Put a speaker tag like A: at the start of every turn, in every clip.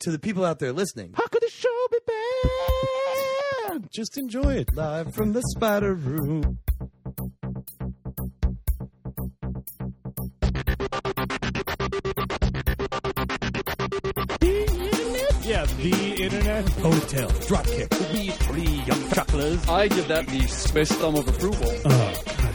A: to the people out there listening.
B: How could the show be bad? Just enjoy it.
A: Live from the Spider Room.
B: Yeah, the internet.
A: Hotel. Dropkick.
B: We three young chucklers.
C: I give that the space thumb of approval.
B: Oh, God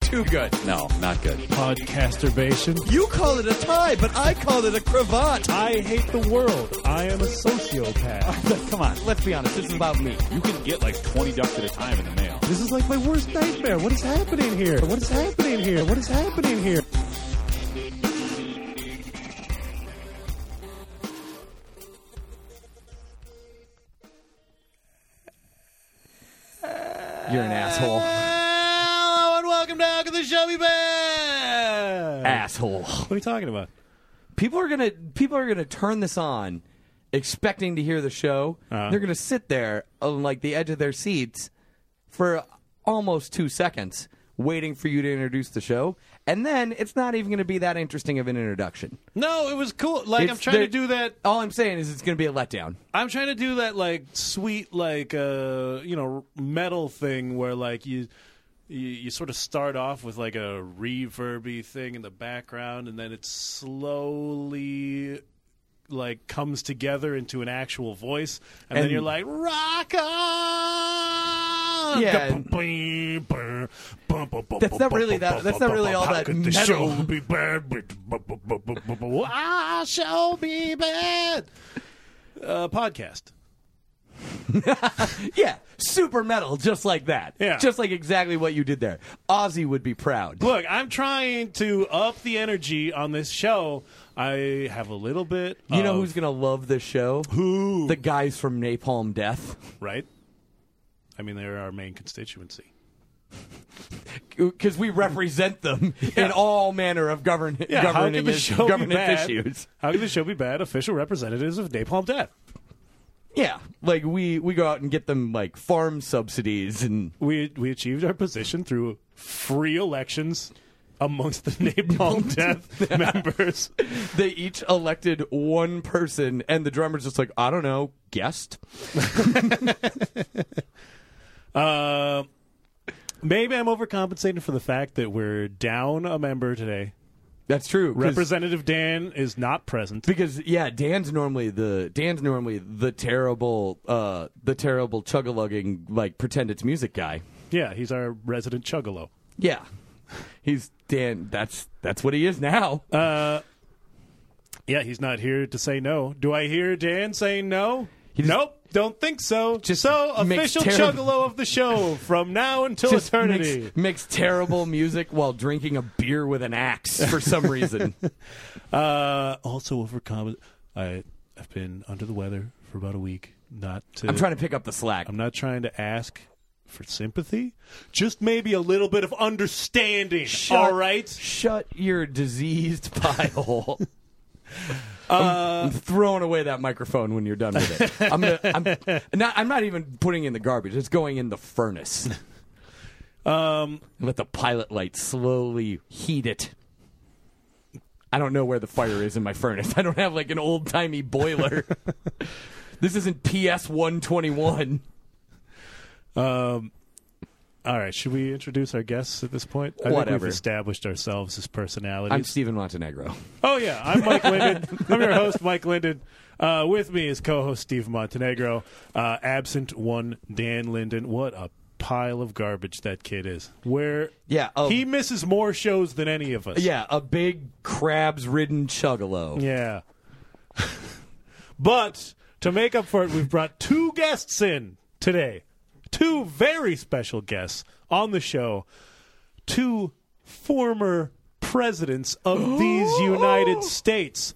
C: Too good.
B: No, not good. Podcasturbation.
A: You call it a tie, but I call it a cravat.
B: I hate the world. I am a sociopath. Come on.
A: Let's be honest, this is about me.
D: You can get like 20 ducks at a time in the mail.
B: This is like my worst nightmare. What is happening here? What is happening here? What is happening here?
A: You're an asshole.
B: Hello and welcome to How Could the Show Be Bad?
A: Asshole.
B: What are you talking about?
A: People are gonna people are gonna turn this on, expecting to hear the show.
B: Uh-huh.
A: They're gonna sit there on like the edge of their seats for almost two seconds, waiting for you to introduce the show, and then it's not even gonna be that interesting of an introduction.
E: No, it was cool. Like I'm
A: It's-
E: trying
A: they're-
E: to do that.
A: All I'm saying is it's gonna be a letdown.
E: I'm trying to do that like sweet like uh you know metal thing where like you. You, you sort of start off with like a reverby thing in the background, and then it slowly like comes together into an actual voice, and,
A: And-
E: then you're like rock on.
A: Yeah, and-
E: That's
A: not really that- that's not really all that
E: The
A: metal.
E: show be bad. I shall be bad. Uh, podcast.
A: Yeah, super metal, just like that.
E: Yeah.
A: Just like exactly what you did there. Ozzy would be proud.
E: Look, I'm trying to up the energy on this show. I have a little bit.
A: You know
E: of-
A: who's gonna love this show?
E: who?
A: The guys from Napalm Death.
E: right? I mean, they're our main constituency.
A: Because we represent them in all manner of govern-
E: how
A: governing
E: could the
A: is-
E: show be
A: governance
E: bad?
A: issues.
E: How could the show be bad? Official representatives of Napalm Death.
A: Yeah, like we we go out and get them like farm subsidies and
E: we we achieved our position through free elections amongst the napalm death members.
A: they each elected one person and the drummer's just like I don't know guest.
E: Uh, maybe I'm overcompensating for the fact that we're down a member today.
A: That's true. 'cause-
E: Representative Dan is not present.
A: because yeah, Dan's normally the Dan's normally the terrible uh the terrible chug-a-lugging like pretend it's music guy.
E: Yeah, he's our resident chuggalo.
A: Yeah. He's Dan that's that's what he is now.
E: Uh, yeah, he's not here to say no. Do I hear Dan saying no?
A: just-
E: nope, don't think so.
A: Just
E: so
A: makes
E: official
A: terrible-
E: chuggalo of the show from now until
A: Just
E: eternity.
A: Makes, makes terrible music while drinking a beer with an axe for some reason.
E: Uh, also overcome. I I've been under the weather for about a week. Not to,
A: I'm trying to pick up the slack.
E: I'm not trying to ask for sympathy. Just maybe a little bit of understanding.
A: Shut-
E: all right.
A: Shut your diseased pie hole. I'm, I'm throwing away that microphone when you're done with it. I'm, gonna, I'm, not, I'm not even putting it in the garbage. It's going in the furnace.
E: Um,
A: Let the pilot light slowly heat it. I don't know where the fire is in my furnace. I don't have like an old timey boiler. this isn't PS 121.
E: um. All right. Should we introduce our guests at this point? I think
A: Whatever.
E: we've established ourselves as personalities.
A: I'm Steven Montenegro.
E: oh yeah, I'm Mike Linden. I'm your host, Mike Linden. Uh, with me is co-host Steve Montenegro. Uh, absent one, Dan Linden. What a pile of garbage that kid is. Where
A: Yeah. um, A,
E: He misses more shows than any of us.
A: yeah, a big crabs ridden chuggalo.
E: Yeah. but to make up for it, we've brought two guests in today. Two very special guests on the show. Two former presidents of these United States.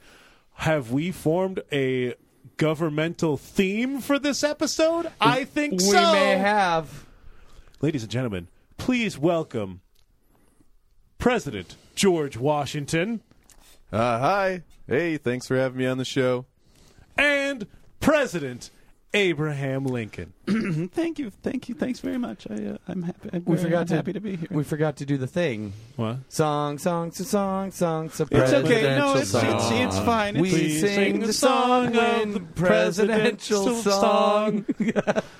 E: Have we formed a governmental theme for this episode? I think
A: We
E: so.
A: may have.
E: Ladies and gentlemen, please welcome President George Washington.
D: Uh, hi. Hey, thanks for having me on the show.
E: and President Abraham Lincoln.
F: Thank you, thank you, thanks very much. I, uh, I'm happy. I'm
A: We
F: very
A: forgot to-
F: happy to be here.
A: We forgot to do the thing.
E: What?
A: Song, song, so- song, song, so
F: It's okay.
A: presidential
F: No, it's,
A: song.
F: it's it's fine. It's,
A: We
E: Please
A: sing the song of the presidential song.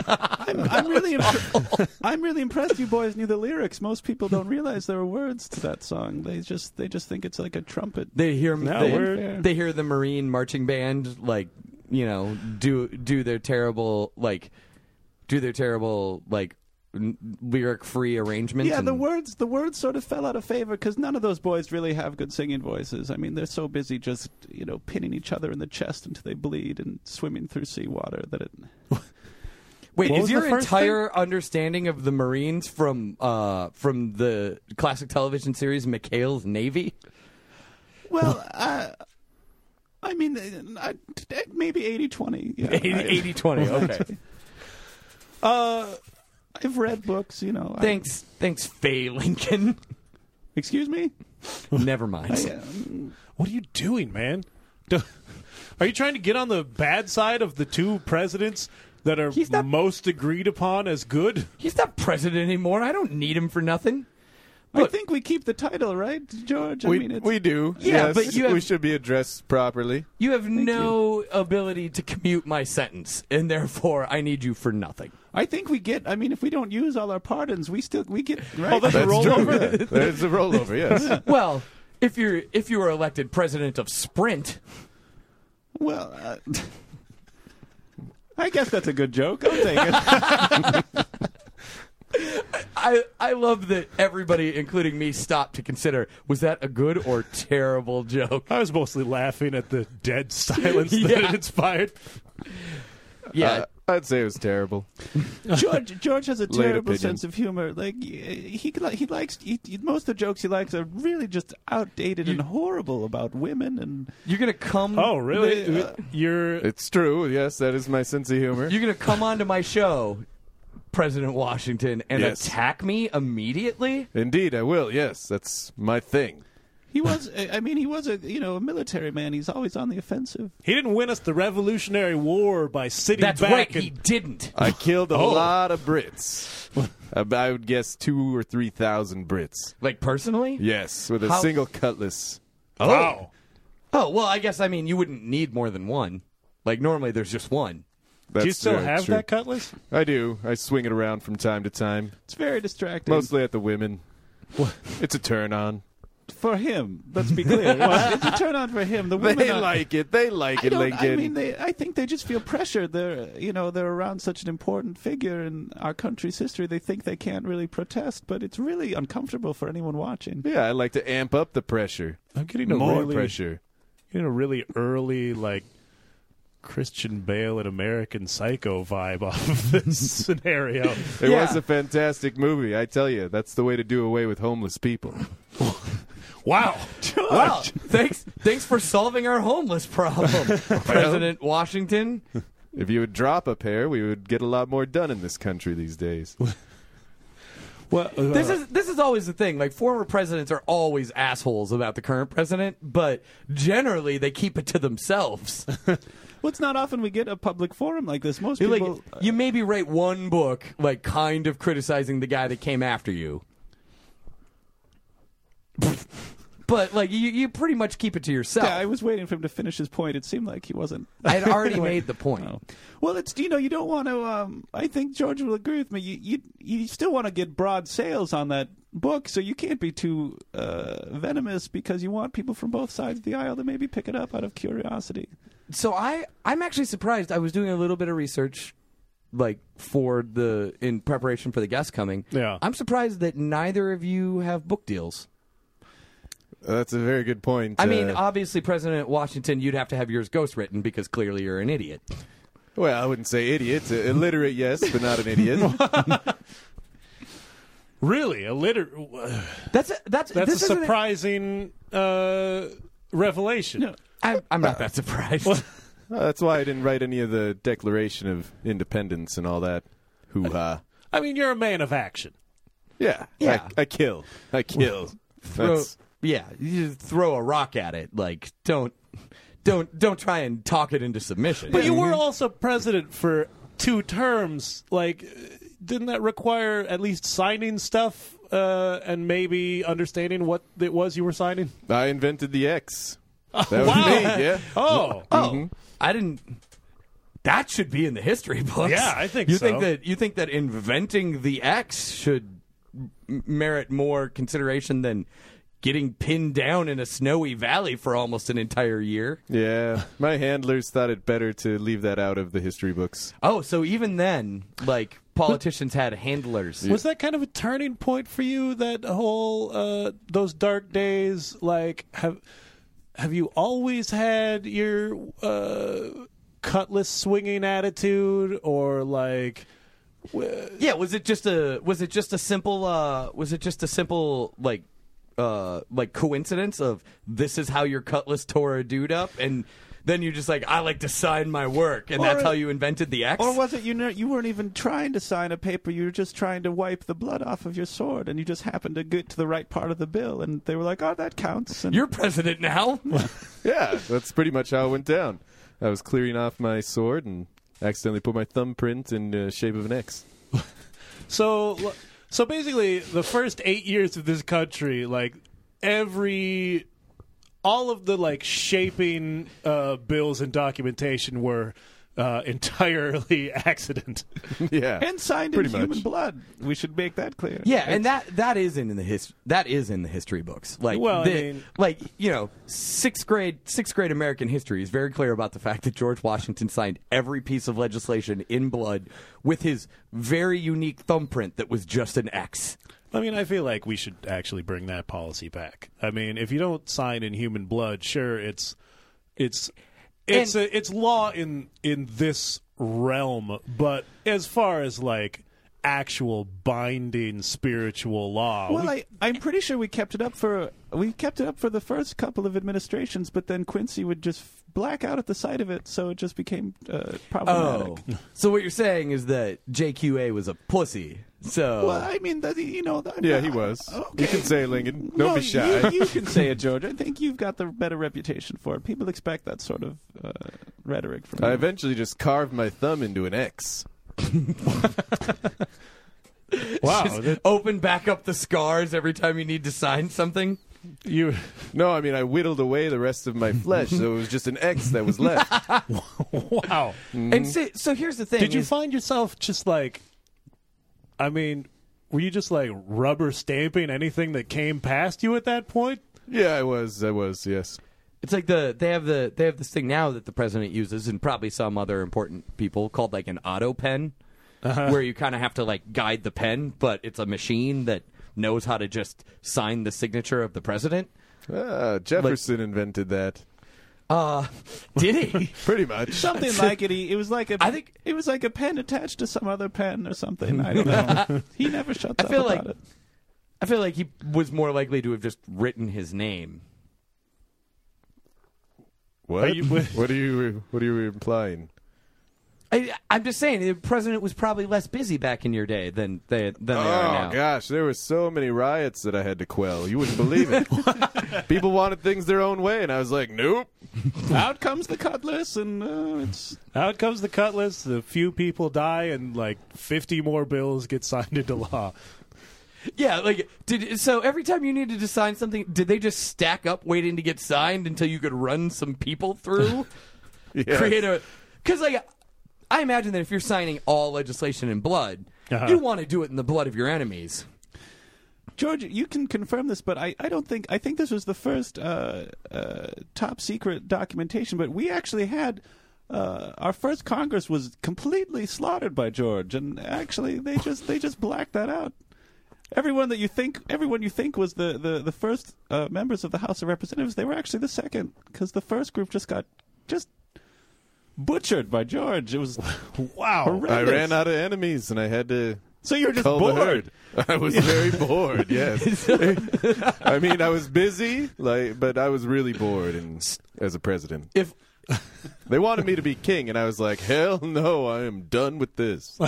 F: I'm, I'm really, impre- I'm really impressed. You boys knew the lyrics. Most people don't realize there are words to that song. They just, they just think it's like a trumpet.
A: They hear
E: No,
A: they,
E: we're-
A: they hear the Marine marching band like you know do do their terrible like do their terrible like lyric free arrangements.
F: Yeah, the
A: and-
F: words, the words sort of fell out of favor because none of those boys really have good singing voices. I mean, they're so busy just, you know, pinning each other in the chest until they bleed and swimming through seawater that it.
A: Wait,
E: What
A: is
E: was
A: your
E: the first
A: entire understanding of the Marines from uh, from the classic television series McHale's Navy?
F: Well, I, I mean, I, maybe 80 20. Yeah,
A: 80,
F: I-
A: 80 20, okay.
F: Uh, I've read books, you know. I-
A: thanks, thanks, Faye Lincoln.
F: excuse me.
A: Never
F: I,
E: Oh,
A: mind.
F: um,
E: What are you doing, man? Do- are you trying to get on the bad side of the two presidents that are
A: He's not-
E: most agreed upon as good?
A: He's not president anymore. I don't need him for nothing.
F: I
A: Look-
F: think we keep the title right, George. I
G: we,
F: mean, it's,
G: we do.
A: Yeah,
G: yes.
A: but you have-
G: we should be addressed properly.
A: You have no ability to commute my sentence, and therefore I need you for nothing.
F: I think we get. I mean, if we don't use all our pardons, we still we get. Right?
E: Oh, that's a
G: That's
E: rollover.
G: true. Yeah. There's a rollover. Yes.
A: Well, if you're if you were elected president of Sprint,
F: well. Uh, I guess that's a good joke. I'll take it.
A: I I love that everybody, including me, stopped to consider was that a good or terrible joke.
E: I was mostly laughing at the dead silence that
A: Yeah.
E: it inspired.
A: Yeah,
G: Uh, I'd say it was terrible.
F: George George has a
G: Late
F: terrible
G: opinion.
F: sense of humor. Like y- he li- he likes he, he- most of the jokes he likes are really just outdated and horrible about women and
A: you're gonna come.
E: Oh, really?
F: They, uh,
E: You're
G: It's true. Yes, that is my sense of humor.
A: You're gonna come onto my show, President Washington, and
G: Yes.
A: attack me immediately.
G: Indeed, I will. Yes, that's my thing.
F: he was. I I mean, he was a you know a military man. He's always on the offensive.
E: he didn't win us the Revolutionary War by sitting
A: That's
E: back
A: right.
E: and
A: He didn't.
G: I killed a lot of Brits. I, I would guess two or three thousand Brits.
A: Like personally.
G: Yes, with a
A: How-
G: single cutlass.
E: wow.
A: Oh well, I guess I mean you wouldn't need more than one. Like normally, there's just one.
G: That's
E: Do you still
G: very
E: have
G: true.
E: that cutlass?
G: I do. I swing it around from time to time,
F: It's very distracting.
G: mostly at the women. It's a turn on.
F: for him. Let's be clear. it's a turn on for him. The women
G: They
F: are-
G: like it. They like
F: I
G: it,
F: don't.
G: Lincoln.
F: I mean, they. I think they just feel pressured. They're, you know, they're around such an important figure in our country's history. They think they can't really protest, but it's really uncomfortable for anyone watching.
G: yeah, I like to amp up the pressure.
E: I'm getting a
G: More
E: really,
G: pressure.
E: getting a really early like Christian Bale and American Psycho vibe off of this scenario.
G: It
A: Yeah.
G: was a fantastic movie, I tell you. That's the way to do away with homeless people.
E: Wow.
A: Wow. thanks, thanks for solving our homeless problem, President Washington.
G: If you would drop a pair, we would get a lot more done in this country these days.
E: Well, uh,
A: This is this is always the thing. Like former presidents are always assholes about the current president, but generally they keep it to themselves.
F: Well, it's not often we get a public forum like this. Most
A: You're
F: people. uh,
A: like you maybe write one book, like kind of criticizing the guy that came after you. But like you, you pretty much keep it to yourself.
F: yeah, I was waiting for him to finish his point. It seemed like he wasn't.
A: I had already made the point.
F: Oh. Well, it's you know you don't want to. Um, I think George will agree with me. You you, you still want to get broad sales on that book, so you can't be too uh, venomous because you want people from both sides of the aisle to maybe pick it up out of curiosity.
A: so I I'm actually surprised. I was doing a little bit of research, like for the in preparation for the guest coming.
E: Yeah.
A: I'm surprised that neither of you have book deals.
G: That's a very good point.
A: I mean,
G: uh,
A: obviously, President Washington, you'd have to have yours ghostwritten because clearly you're an idiot.
G: well, I wouldn't say idiot. Uh, illiterate, yes, but not an idiot. Uh,
E: really a liter-
A: That's a, that's
E: That's
A: this
E: a
A: isn't
E: surprising uh, revelation.
F: No.
A: I'm, I'm not that surprised.
G: Uh, that's why I didn't write any of the Declaration of Independence and all that hoo ha.
E: I mean, you're a man of action.
G: Yeah,
A: Yeah.
G: I, I kill. I kill.
A: throw,
G: That's,
A: yeah, you just throw a rock at it. Like don't don't don't try and talk it into submission.
E: But you were also president for two terms. Like, uh, didn't that require at least signing stuff uh, and maybe understanding what it was you were signing?
G: I invented the X.
F: Oh,
G: That was
E: wow.
G: me. Yeah.
E: Oh,
A: Mm-hmm. I didn't. That should be in the history books.
E: Yeah, I think
A: you
E: so.
A: think that you think that inventing the X should m- merit more consideration than getting pinned down in a snowy valley for almost an entire year.
G: Yeah. My handlers thought it better to leave that out of the history books.
A: Oh, so even then, like politicians had handlers.
E: was that kind of a turning point for you? That whole uh, those dark days. Like, have have you always had your uh, cutlass swinging attitude, or like?
A: Yeah, was it just a was it just a simple uh was it just a simple like uh like coincidence of this is how your cutlass tore a dude up and then you're just like I like to sign my work and that's how you invented the X.
F: Or was it you? Ne- you weren't even trying to sign a paper. You were just trying to wipe the blood off of your sword, and you just happened to get to the right part of the bill, and they were like, "Oh, that counts." And
A: you're president now.
G: Yeah. That's pretty much how it went down. I was clearing off my sword and accidentally put my thumbprint in the shape of an X.
E: So, so basically, the first eight years of this country, like every, all of the like shaping uh, bills and documentation were uh, entirely accident.
G: Yeah.
F: and signed
G: Pretty
F: in
G: much.
F: human blood. We should make that clear.
A: Yeah, and that that is in the his that is in the history books. Like
E: Well, I
A: the-
E: mean-
A: like you know, sixth grade sixth grade American history is very clear about the fact that George Washington signed every piece of legislation in blood with his very unique thumbprint that was just an X.
E: I mean, I feel like we should actually bring that policy back. I mean, if you don't sign in human blood, sure, it's it's it's
A: And-
E: a, it's law in in this realm, but as far as like actual binding spiritual law,
F: Well,
E: we-
F: I, I'm pretty sure we kept it up for we kept it up for the first couple of administrations, but then Quincy would just black out at the sight of it, so it just became uh, problematic.
A: Oh.
G: Oh.
A: so what you're saying is that JQA was a pussy. So
F: Well, I mean, that, you know, that-
G: Yeah, he was.
F: Okay.
G: You can say Lincoln. Don't
F: no,
G: be shy.
F: You, you can say it, George. I think you've got the better reputation for it. People expect that sort of uh, rhetoric from
G: I
F: you.
G: eventually just carved my thumb into an X.
E: wow, that-
A: open back up the scars every time you need to sign something.
E: You
G: No, I mean I whittled away the rest of my flesh, so it was just an X that was left.
E: wow.
A: And so, so here's the thing:
E: Mm-hmm. Did you
A: is-
E: find yourself just like I mean, were you just like rubber stamping anything that came past you at that point?
G: yeah, I was. I was. Yes.
A: It's like the they have the they have this thing now that the president uses and probably some other important people called like an auto pen,
E: Uh-huh.
A: where you kind of have to like guide the pen, but it's a machine that knows how to just sign the signature of the president.
G: Ah, Jefferson invented that.
A: Uh did he?
G: Pretty much.
F: Something like it. He, it was like a.
A: I think-
F: it was like a pen attached to some other pen or something. I don't know. he never shuts
A: I
F: up
A: feel
F: about
A: like
F: it.
A: I feel like he was more likely to have just written his name.
G: What?
E: Are you-
G: what are you? What are you implying?
A: I, I'm just saying the president was probably less busy back in your day than they than they are
G: Oh
A: now.
G: gosh, there were so many riots that I had to quell. You wouldn't believe it. People wanted things their own way, and I was like, nope.
F: Out comes the cutlass, and uh, it's
E: Out comes the cutlass, the few people die and like 50 more bills get signed into law.
A: Yeah, like did so every time you needed to sign something, did they just stack up waiting to get signed until you could run some people through?
G: Yes.
A: Create a cuz like I imagine that if you're signing all legislation in blood,
E: Uh-huh.
A: you want to do it in the blood of your enemies.
F: George, you can confirm this, but I, I don't think I think this was the first uh, uh, top secret documentation. But we actually had uh, our first Congress was completely slaughtered by George, and actually they just they just blacked that out. Everyone that you think everyone you think was the the the first uh, members of the House of Representatives, they were actually the second because the first group just got just butchered by George. It was
E: Wow.
G: I
F: horrendous.
G: ran out of enemies, and I had to
F: so you were just
G: Cull the
F: bored.
G: herd. I was very bored. Yes, I mean I was busy, like, but I was really bored. And as a president,
A: If
G: they wanted me to be king, and I was like, hell no, I am done with this.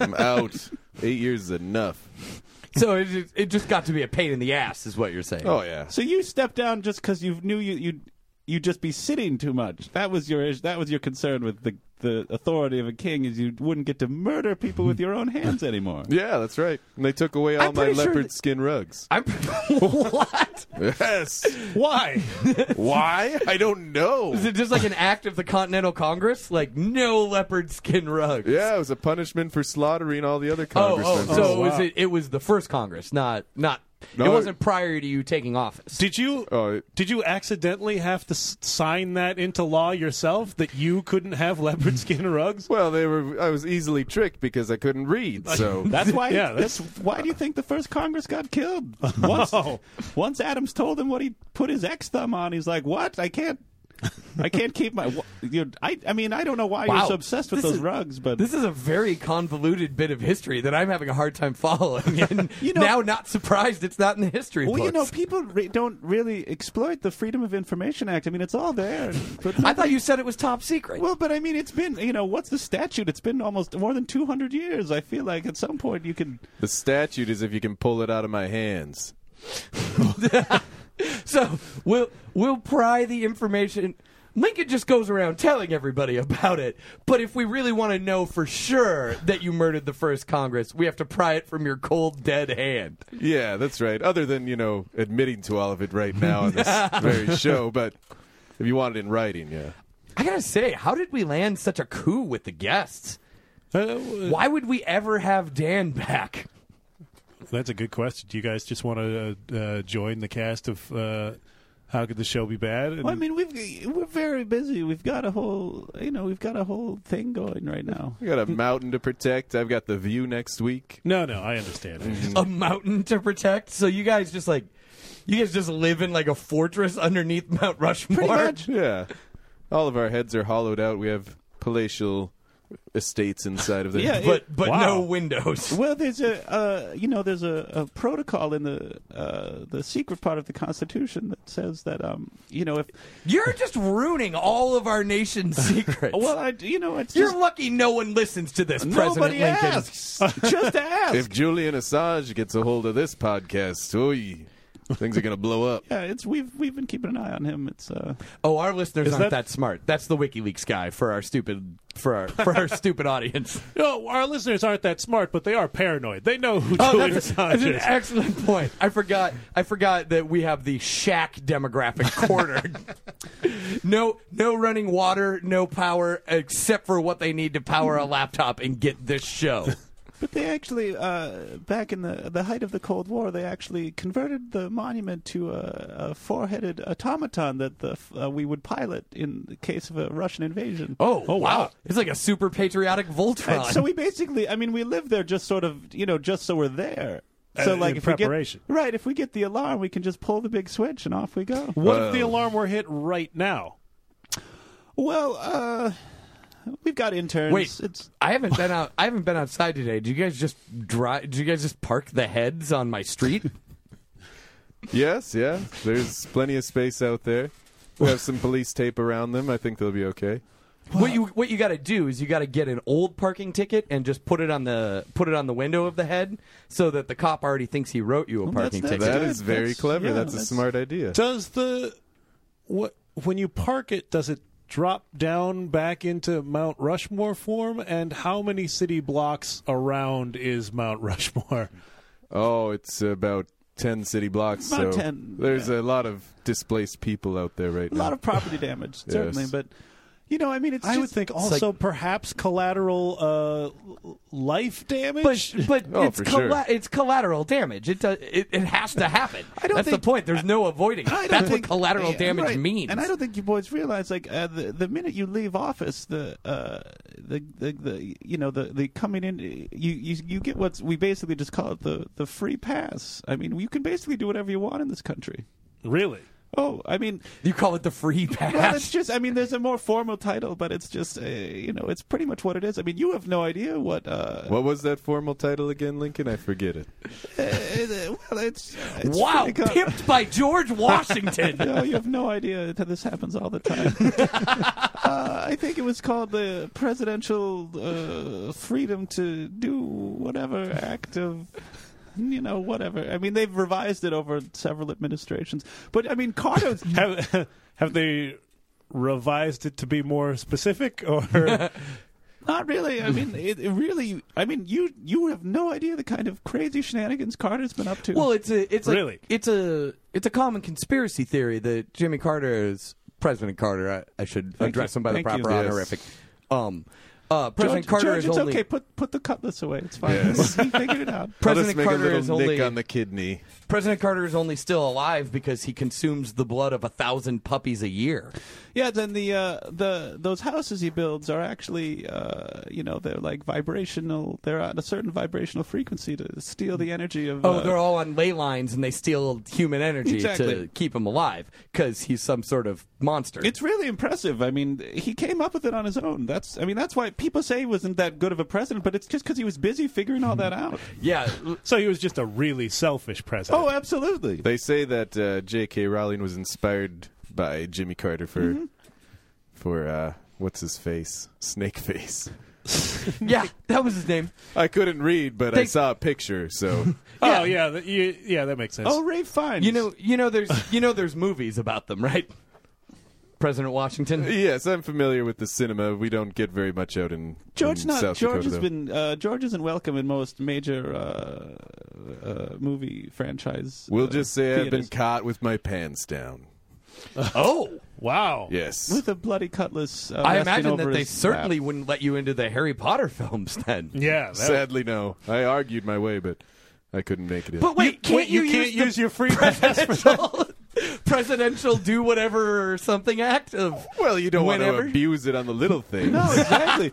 G: I'm out. Eight years is enough.
A: so it just, it just got to be a pain in the ass is what you're saying.
G: Oh yeah.
F: So you stepped down just because you knew you you you just be sitting too much. That was your ish- that was your concern with the the authority of a king is you wouldn't get to murder people with your own hands anymore.
G: Yeah, that's right. And they took away all
F: I'm
G: my
F: pretty sure
G: leopard
F: that-
G: skin rugs.
A: I'm what?
G: Yes.
E: Why?
G: Why? I don't know.
A: Is it just like an act of the Continental Congress? Like no leopard skin rugs.
G: Yeah, it was a punishment for slaughtering all the other
A: Oh,
G: congressmen.
A: oh, so
E: Oh,
A: it was
E: wow.
A: it, it was the first Congress, not not. it
G: No.
A: wasn't prior to you taking office.
E: Did you
G: Oh, it-
E: did you accidentally have to s- sign that into law yourself that you couldn't have leopard skin rugs?
G: Well, they were. I was easily tricked because I couldn't read. So
F: That's why.
E: Yeah, that's-
F: that's, why do you think the first Congress got killed?
A: Oh.
F: Once, once Adams told him what he put his ex thumb on, he's like, "What? I can't, I can't keep my." wha- you I, I mean, I don't know why
A: Wow.
F: you're so obsessed with
A: This
F: those
A: is-
F: rugs, but
A: This is a very convoluted bit of history that I'm having a hard time following, and
F: You know-
A: now not surprised it's not in the history
F: well,
A: books.
F: you know, people re- don't really exploit the Freedom of Information Act. I mean, it's all there. But
A: I thought you said it was top secret.
F: Well, but I mean, it's been you know, what's the statute? It's been almost more than two hundred years. I feel like at some point you can.
G: the statute is if you can pull it out of my hands.
A: so we'll we'll pry the information. Lincoln just goes around telling everybody about it. But if we really want to know for sure that you murdered the first Congress, we have to pry it from your cold dead hand.
G: Yeah, that's right. Other than you know admitting to all of it right now on this very show, but if you want it in writing, yeah.
A: I gotta say, how did we land such a coup with the guests?
F: Uh,
E: Uh,
A: Why would we ever have Dan back?
E: That's a good question. Do you guys just want to uh, uh, join the cast of uh, How Could the Show Be Bad? And
F: Well, I mean, we've we're very busy. We've got a whole you know, we've got a whole thing going right now.
G: I got a mountain to protect. I've got the view next week.
E: no, no, I understand. I just-
A: A mountain to protect? So you guys just like, you guys just live in like a fortress underneath Mount Rushmore?
G: Yeah, all of our heads are hollowed out. We have palatial estates inside of them.
F: Yeah,
A: But but no
E: Wow.
A: windows.
F: Well, there's a uh, you know there's a, a protocol in the uh, the secret part of the Constitution that says that um you know if
A: You're just ruining all of our nation's secrets.
F: well I you know it's
A: Oh, You're
F: just,
A: lucky no one listens to this,
F: nobody
A: President Lincoln.
F: asks just ask
G: if Julian Assange gets a hold of this podcast, oy, things are gonna blow up.
F: yeah it's we've we've been keeping an eye on him it's uh
A: Oh, our listeners aren't
E: that-
A: that smart. That's the WikiLeaks guy for our stupid for our for our stupid audience.
E: no, our listeners aren't that smart, but they are paranoid. They know who
A: Oh,
E: Julian
A: that's,
E: Assange
A: that's an
E: is.
A: excellent point. I forgot. I forgot that we have the shack demographic cornered. no, no running water, no power, except for what they need to power a laptop and get this show.
F: but they actually uh back in the the height of the Cold War they actually converted the monument to a, a four headed automaton that the uh, we would pilot in the case of a Russian invasion
A: Oh,
E: Oh,
A: wow.
E: wow.
A: It's like a super patriotic Voltron.
F: And so we basically, I mean, we live there just sort of, you know, just so we're there. So
E: Uh,
F: like
E: in
F: if
E: preparation.
F: we get right, if we get the alarm, we can just pull the big switch and off we go.
E: What if the alarm were hit right now?
F: Well, uh, we've got interns.
A: Wait,
F: it's
A: I haven't been out. I haven't been outside today. Do you guys just drive? Do you guys just park the heads on my street?
G: Yes, yeah. There's plenty of space out there. We have some police tape around them. I think they'll be okay.
A: what you what you got to do is you got to get an old parking ticket and just put it on the put it on the window of the head so that the cop already thinks he wrote you a parking
F: that's-
A: ticket.
G: That
F: good.
G: is very
F: That's-
G: clever.
F: yeah,
G: that's,
F: that's-
G: a smart idea.
E: Does the what when you park it? Does it drop down back into Mount Rushmore form? And how many city blocks around is Mount Rushmore?
G: Oh, it's about 10 city blocks.
F: About
G: so
F: 10,
G: There's
F: yeah.
G: a lot of displaced people out there right
F: a
G: now.
F: lot of property damage, certainly,
G: Yes.
F: but you know, I mean, it's
E: I
F: just,
E: would think
A: like-
E: also perhaps collateral uh, l- life damage.
A: But but
G: Oh,
A: it's
G: for sure.
A: colla- it's collateral damage. It, does, it it has to happen.
F: I don't
A: That's
F: think-
A: the point. There's no avoiding. it.
F: I don't
A: That's
F: think-
A: what collateral
F: yeah,
A: damage
F: right.
A: means.
F: And I don't think you boys realize, like, uh, the the minute you leave office, the uh, the, the the you know the the coming in, you you you get what's we basically just call it the the free pass. I mean, you can basically do whatever you want in this country.
E: really,
F: Oh, I mean,
A: you call it the free pass.
F: well, it's just, I mean, there's a more formal title, but it's just, uh, you know, it's pretty much what it is. I mean, you have no idea what. Uh,
G: what was that formal title again, Lincoln? I forget it.
F: uh, uh, well, it's, it's
A: wow,
F: pretty co-
A: pimped by George Washington.
F: No, you have no idea that this happens all the time. uh, I think it was called the Presidential uh, Freedom to Do Whatever Act of. you know, whatever. I mean, they've revised it over several administrations, but I mean, Cardo's.
E: Have, have they revised it to be more specific, or
F: Not really. I mean, it, it really. I mean, you you have no idea the kind of crazy shenanigans Carter's been up to.
A: Well, it's a it's like,
E: Really?
A: it's a it's a common conspiracy theory that Jimmy Carter is President Carter. I, I should address
F: you.
A: him by the
F: Thank you.
A: proper
G: Yes.
A: honorific. Um, uh, President
F: George,
A: Carter
F: George,
A: is
F: it's
A: only
F: okay. Put put the cutlass away. It's fine.
G: Yes.
F: he figured it out.
G: I'll
A: President
G: just make
A: Carter
G: a
A: is
G: little
A: only
G: nick on the kidney.
A: President Carter is only still alive because he consumes the blood of a thousand puppies a year.
F: Yeah. Then the uh, the those houses he builds are actually uh, you know they're like vibrational. They're on a certain vibrational frequency to steal the energy of.
A: Oh,
F: uh,
A: they're all on ley lines and they steal human energy to
F: Exactly.
A: keep him alive because he's some sort of monster.
F: It's really impressive. I mean, he came up with it on his own. That's I mean, that's why people say he wasn't that good of a president, but it's just because he was busy figuring all that out.
A: yeah,
E: so he was just a really selfish president?
F: oh, absolutely.
G: They say that uh, J.K. Rowling was inspired by Jimmy Carter for
F: Mm-hmm.
G: for uh, what's his face, Snake Face.
A: yeah, that was his name.
G: I couldn't read, but I
A: They-
G: saw a picture. So
E: Oh, yeah, that, you, yeah, that makes sense.
F: Oh, Ray Fiennes.
A: You know, you know, there's you know, there's movies about them, right? President Washington.
G: yes, I'm familiar with the cinema. We don't get very much out in
F: George
G: in
F: not
G: South Dakota,
F: George has
G: though.
F: been uh, George isn't welcome in most major uh, uh, movie franchise.
G: We'll
F: uh,
G: just say I've been
F: theaters.
G: caught with my pants down.
A: Oh,
E: wow.
G: Yes.
F: with a bloody cutlass. Uh,
A: I
F: resting
A: imagine that
F: over
A: they
F: his
A: certainly
F: lap.
A: wouldn't let you into the Harry Potter films then.
E: Yeah. That,
G: Sadly, no. I argued my way, but I couldn't make it in.
A: But wait, can't you,
E: can't
A: use,
E: use your free
A: the presidential, presidential do whatever or something act of?
G: well, you don't want
A: Whenever-
G: to abuse it on the little things.
F: No, exactly.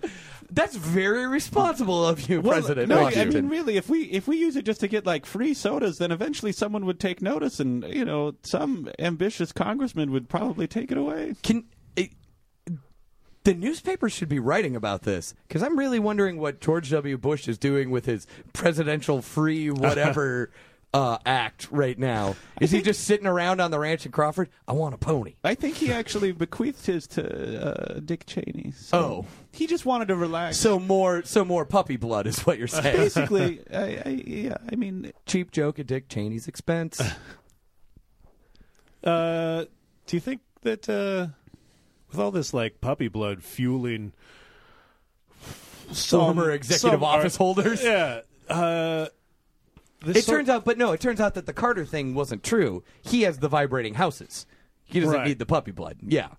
A: That's very responsible of you,
F: Well,
A: President
F: no, I
A: Washington.
F: mean, really, if we if we use it just to get like free sodas, then eventually someone would take notice, and you know, some ambitious congressman would probably take it away.
A: Can it, the newspapers should be writing about this? Because I'm really wondering what George W. Bush is doing with his presidential free whatever uh, act right now. Is he just sitting around on the ranch in Crawford? I want a pony.
F: I think he actually bequeathed his to uh, Dick Cheney. So
A: Oh.
F: he just wanted to relax.
A: So more, so more puppy blood is what you're saying.
F: basically, I, I, yeah, I mean,
A: Cheap joke at Dick Cheney's expense.
E: Uh, do you think that uh, with all this like puppy blood fueling some-
F: um,
A: Former executive
E: some are-
A: office holders.
E: yeah, uh,
A: It turns out, but no, it turns out that the Carter thing wasn't true. He has the vibrating houses. He doesn't
E: Right.
A: need the puppy blood. Yeah.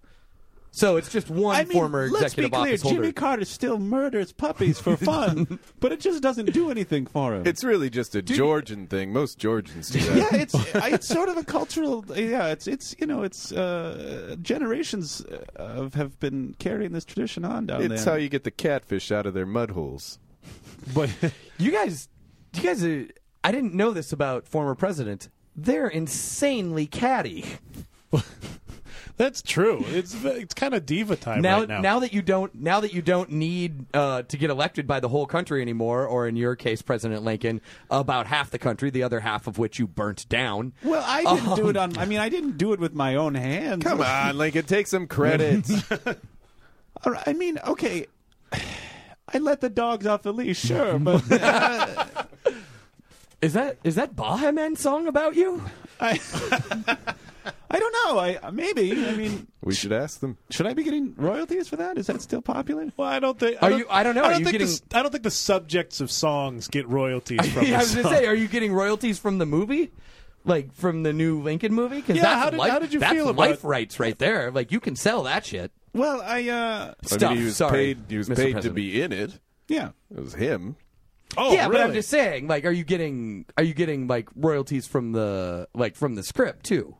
A: So it's just one
F: I mean,
A: former
F: let's
A: executive
F: be clear,
A: office holder.
F: Jimmy Carter still murders puppies for fun, but it just doesn't do anything for him.
G: It's really just a Georgian thing. Most Georgians do that.
F: yeah, it's it's sort of a cultural. Yeah, it's it's you know it's uh, generations of have been carrying this tradition on down
G: It's
F: there.
G: how you get the catfish out of their mud holes.
E: but
A: You guys, you guys, are, I didn't know this about former presidents. They're insanely catty.
E: that's true. It's it's kind of diva time
A: now,
E: right now.
A: that you don't, now that you don't need uh, to get elected by the whole country anymore, or in your case, President Lincoln, about half the country, the other half of which you burnt down.
F: well, I didn't do it on. I mean, I didn't do it with my own hands.
G: Oh. Come on, Lincoln, take some credit.
F: All right, I mean, okay, I let the dogs off the leash, sure, but uh,
A: Is that is that Baha Men song about you?
F: I I don't know. I maybe. I mean,
G: we should ask them.
F: should I be getting royalties for that? Is that still popular?
E: well, I don't think.
A: Are
E: I don't,
A: you- I don't know,
E: I
A: are
E: don't
A: you
E: think the,
A: getting-
E: s- I don't think the subjects of songs get royalties from.
A: Yeah, I
E: the
A: was gonna
E: song.
A: say, are you getting royalties from the movie? Like from the new Lincoln movie? Because
E: Yeah,
A: that's
E: how did-
A: life,
E: how did you
A: that's
E: feel about
A: life
E: it?
A: rights right there. Like you can sell that shit.
F: Well, I uh,
A: Stuff.
G: I mean, he was
A: Sorry,
G: paid. He was
A: Mr.
G: paid to
A: President.
G: be in it.
F: yeah.
G: It was him.
E: Oh,
A: yeah, but I'm
E: really?
A: just saying, like, are you getting are you getting like royalties from the like from the script too?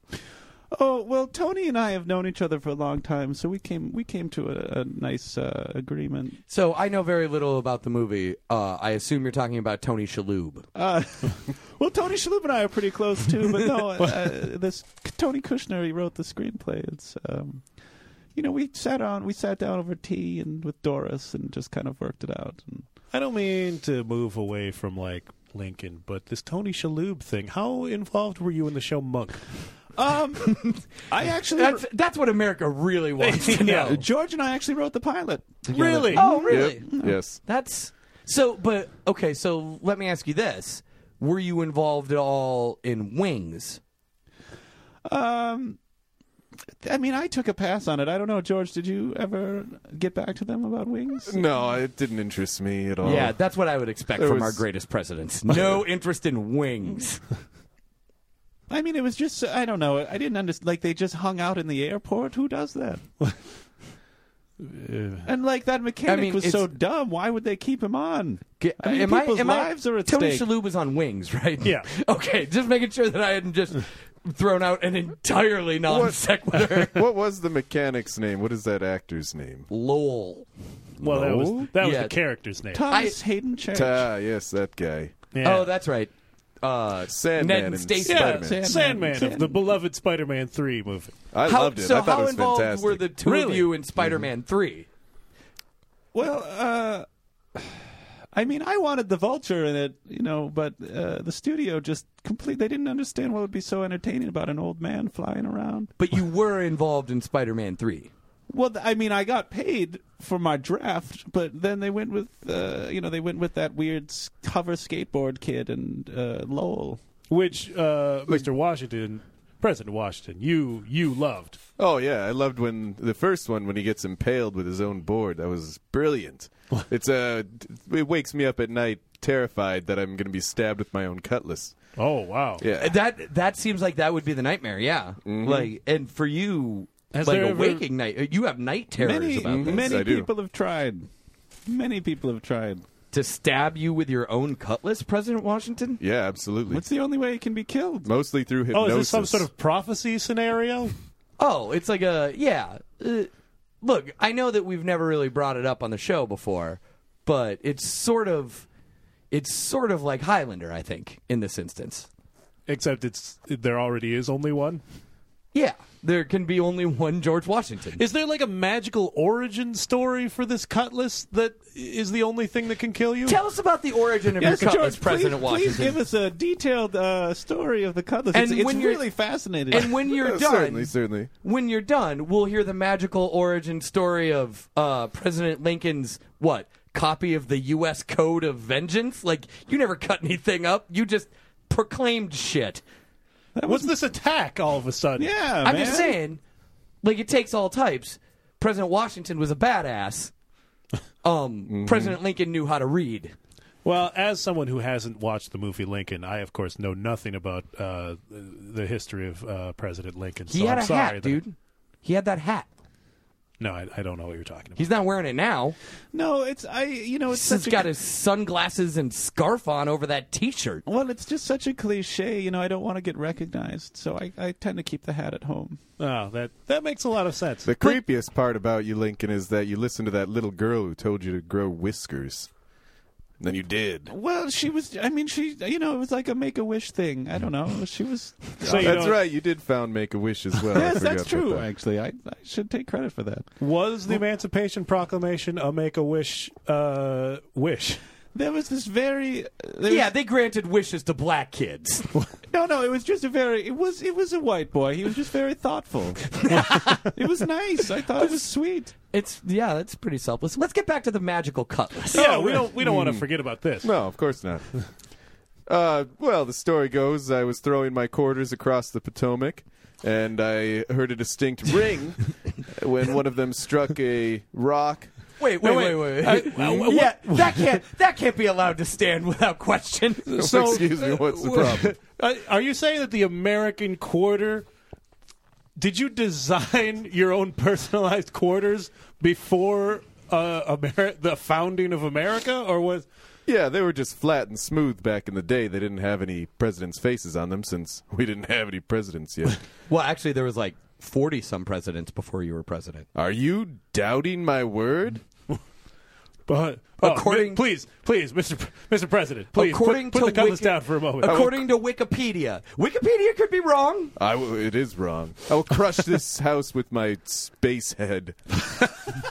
F: Oh well, Tony and I have known each other for a long time, so we came we came to a, a nice uh, agreement.
A: So I know very little about the movie. Uh, I assume you're talking about Tony Shalhoub.
F: Uh, well, Tony Shalhoub and I are pretty close too, but no, uh, this Tony Kushner he wrote the screenplay. It's um, you know we sat on we sat down over tea and with Doris and just kind of worked it out. And
E: I don't mean to move away from like Lincoln, but this Tony Shalhoub thing. How involved were you in the show Monk?
F: um, I actually
A: That's that's what America really wants to
E: Yeah.
A: know.
F: George and I actually wrote the pilot. together.
E: Really?
A: Oh, really?
G: Yep. Yes.
A: That's so. But okay, so let me ask you this: were you involved at all in Wings?
F: Um, I mean, I took a pass on it. I don't know, George. Did you ever get back to them about wings?
G: No, it didn't interest me at all.
A: Yeah, that's what I would expect
G: There
A: from
G: was-
A: our greatest presidents. No interest in Wings.
F: I mean, it was just I don't know. I didn't understand. Like they just hung out in the airport. Who does that? and like that mechanic
A: I mean,
F: was so
A: it's-
F: dumb. Why would they keep him on?
A: Get-
F: I mean,
A: am I,
F: people's
A: am
F: lives
A: I,
F: are at
A: Tony
F: stake.
A: Shalhoub was on Wings, right?
E: Yeah.
A: okay, just making sure that I hadn't just thrown out an entirely non sequitur.
G: What was the mechanic's name? What is that actor's name?
A: Lowell.
E: Well, that was that was
A: Yeah.
E: the character's name.
F: Thomas Hayden Church.
G: Ah, yes, that guy.
E: Yeah.
A: Oh, that's right. Uh,
G: Sandman
A: Ned and
G: and
A: Stacy.
E: yeah,
G: Spider-Man.
E: Sandman, of the beloved Spider-Man three movie.
G: I
A: how,
G: loved it.
A: So
G: I thought
A: how
G: it was
A: involved
G: fantastic. Mm-hmm.
A: were the two of
E: Really?
A: you in Spider-Man 3?
F: Well, uh, I mean, I wanted the vulture in it, you know, but uh, the studio just complete. They didn't understand what would be so entertaining about an old man flying around.
A: But you were involved in Spider-Man 3.
F: Well, th- I mean, I got paid for my draft, but then they went with, uh, you know, they went with that weird s- cover skateboard kid and uh, Lowell.
E: which uh, Mr. Washington, President Washington, you you loved.
G: Oh yeah, I loved when the first one when he gets impaled with his own board. That was brilliant. it's uh, it wakes me up at night terrified that I'm going to be stabbed with my own cutlass.
E: Oh wow!
G: Yeah.
A: That that seems like that would be the nightmare, yeah.
G: Mm-hmm.
A: Like and for you
E: Has
A: like a
E: there ever-
A: waking night. uh, You have night terrors
F: Many,
A: about this.
G: I
F: many
G: do.
F: people have tried. Many people have tried.
A: to stab you with your own cutlass, President Washington?
G: Yeah, absolutely.
F: It's the only way it can be killed.
G: Mostly through
E: Oh,
G: hypnosis.
E: is this some sort of prophecy scenario?
A: Oh, it's like a yeah. Uh, look, I know that we've never really brought it up on the show before, but it's sort of it's sort of like Highlander, I think, in this instance.
E: Except it's there already is only one.
A: Yeah, there can be only one George Washington.
E: Is there like a magical origin story for this cutlass that is the only thing that can kill you?
A: Tell us about the origin of
F: Yes,
A: your
F: George,
A: cutlass,
F: please,
A: President
F: please
A: Washington.
F: give us a detailed uh, story of the cutlass.
A: And
F: it's it's
A: when you're-
F: really fascinating.
A: and when you're
G: Uh,
A: done,
G: certainly, certainly.
A: when you're done, we'll hear the magical origin story of uh, President Lincoln's what copy of the U.S. Code of Vengeance. Like you never cut anything up; you just proclaimed shit.
E: What's this attack all of a sudden?
F: yeah,
A: I'm
F: man.
A: just saying, like it takes all types. President Washington was a badass. Um,
F: Mm-hmm.
A: President Lincoln knew how to read.
E: Well, as someone who hasn't watched the movie Lincoln, I of course know nothing about uh, the history of uh, President Lincoln.
A: He
E: so
A: had
E: I'm
A: a
E: sorry
A: hat,
E: that-
A: dude. He had that hat.
E: No, I, I don't know what you're talking about.
A: He's not wearing it now.
F: No, it's I. You know, it's
A: He's
F: such a
A: got his sunglasses and scarf on over that T-shirt.
F: well, it's just such a cliche. You know, I don't want to get recognized, so I, I tend to keep the hat at home.
E: Oh, that that makes a lot of sense.
G: The creepiest part about you, Lincoln, is that you listened to that little girl who told you to grow whiskers. And then you did.
F: Well, she was. I mean, she. You know, it was like a make a wish thing. I don't know. She was.
E: So you
G: That's
E: know,
G: right. You did found Make a Wish as well. I
F: yes, that's
G: forgot about
F: true.
G: that.
F: Actually, I, I should take credit for that.
E: Was the Emancipation Proclamation a Make a Wish uh, wish?
F: There was this very. There
A: Yeah,
F: was-
A: they granted wishes to black kids.
F: no, no. It was just a very. It was. It was a white boy. He was just very thoughtful. it was nice. I thought it was sweet.
A: It's yeah, that's pretty selfless. Let's get back to the magical cutlass.
E: Yeah, Oh, we don't we don't
A: Hmm.
E: want to forget about this.
G: No, of course not. uh, well, the story goes I was throwing my quarters across the Potomac, and I heard a distinct ring when one of them struck a rock.
A: Oh, Wait, wait, wait, wait.
E: Uh,
A: yeah, that can't that can't be allowed to stand without question.
E: So-
G: Excuse me, what's the problem?
E: Uh, Are you saying that the American quarter? Did you design your own personalized quarters before uh, Ameri- the founding of America, or was
G: Yeah, they were just flat and smooth back in the day. They didn't have any presidents' faces on them since we didn't have any presidents yet.
A: Well, actually, there was like forty some presidents before you were president.
G: Are you doubting my word?
E: but oh,
A: According-
E: mi- please, please, Mr. P- Mr. President, please put-
A: according
E: put,
A: to
E: the cutlass
A: Wiki-
E: down for a moment.
A: According to Wikipedia, Wikipedia could be wrong.
G: I w- it is wrong. I will crush this house with my space head.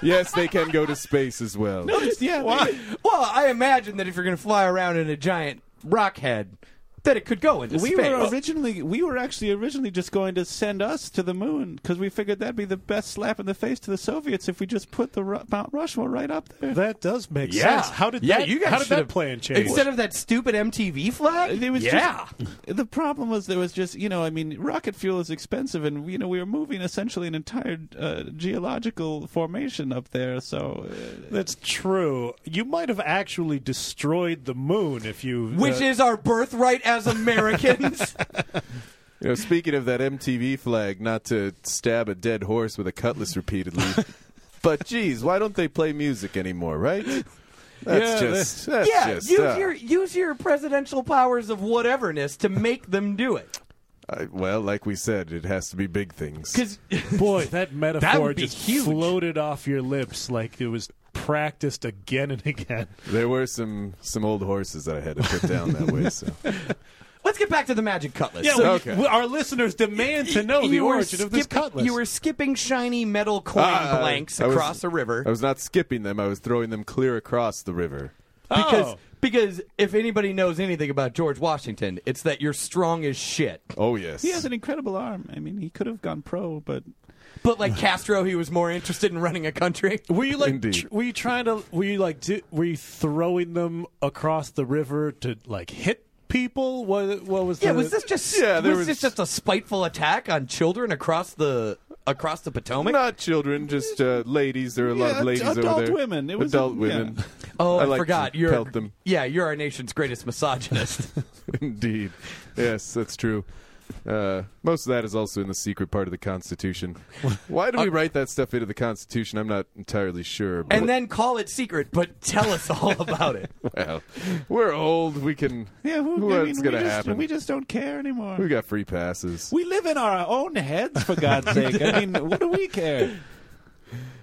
G: yes, they can go to space as well.
F: Yeah. Why?
A: Well, I imagine that if you're going to fly around in a giant rock head, that it could go into
F: We
A: space.
F: were originally, we were actually originally just going to send us to the moon because we figured that'd be the best slap in the face to the Soviets if we just put the Ru- Mount Rushmore right up there.
E: That does make
A: yeah.
E: sense. How did
A: yeah,
E: that,
A: you guys
E: how did that
A: should've-
E: plan change?
A: Instead of that stupid MTV flag?
F: It was
A: yeah.
F: just, the problem was there was just you know I mean rocket fuel is expensive and you know we were moving essentially an entire uh, geological formation up there so uh,
E: That's true. You might have actually destroyed the moon if you.
A: Which
E: uh,
A: is our birthright as Americans.
G: You know, speaking of that MTV flag, not to stab a dead horse with a cutlass repeatedly, but geez, why don't they play music anymore? Right? That's
E: Yeah,
G: just that's
A: yeah,
G: just.
A: use
G: uh,
A: your use your presidential powers of whateverness to make them do it.
G: I- well, like we said, it has to be big things.
A: Because
E: boy, that metaphor
A: would be
E: just
A: huge.
E: floated off your lips like it was practiced again and again.
G: There were some some old horses that I had to put down that way. So
A: let's get back to the magic cutlass.
E: Yeah,
A: So
E: well,
G: Okay.
E: you- well, our listeners demand to know the
A: you were
E: origin of this
A: skipping-
E: cutlass. Uh,
A: You were skipping shiny metal coin
G: Ah,
A: blanks
G: I was-
A: across a river
G: I was not skipping them; I was throwing them clear across the river.
A: because
E: Oh.
A: because if anybody knows anything about George Washington, it's that you're strong as shit.
G: Oh yes,
F: he has an incredible arm I mean he could have gone pro but
A: But like Castro, he was more interested in running a country.
E: Were you like?
G: Indeed.
E: Tr- were you trying to? Were you like? Do, were you throwing them across the river to like hit people? What? What was?
A: Yeah,
E: the,
A: was this just
G: Yeah, there
A: was,
G: was-
A: this just a spiteful attack on children across the across the Potomac?
G: not children, just uh, ladies. There are a lot
F: Yeah,
G: of ladies
F: adult
G: over there.
F: women. It was a-
G: adult
F: yeah.
G: women.
A: oh,
G: I
A: I,
G: like to
A: forgot. You're
G: pelt them.
A: yeah, you're our nation's greatest misogynist.
G: Indeed. Yes, that's true. Uh, most of that is also in the secret part of the Constitution. Why do we write that stuff into the Constitution? I'm not entirely sure. But
A: and then call it secret, but tell us all about it.
G: well, we're old. We can.
F: yeah who, I
G: what's
F: mean, we
G: going to
F: just-
G: happen?
F: we just don't care anymore
G: We got free passes.
F: we live in our own heads for God's sake I mean what do we care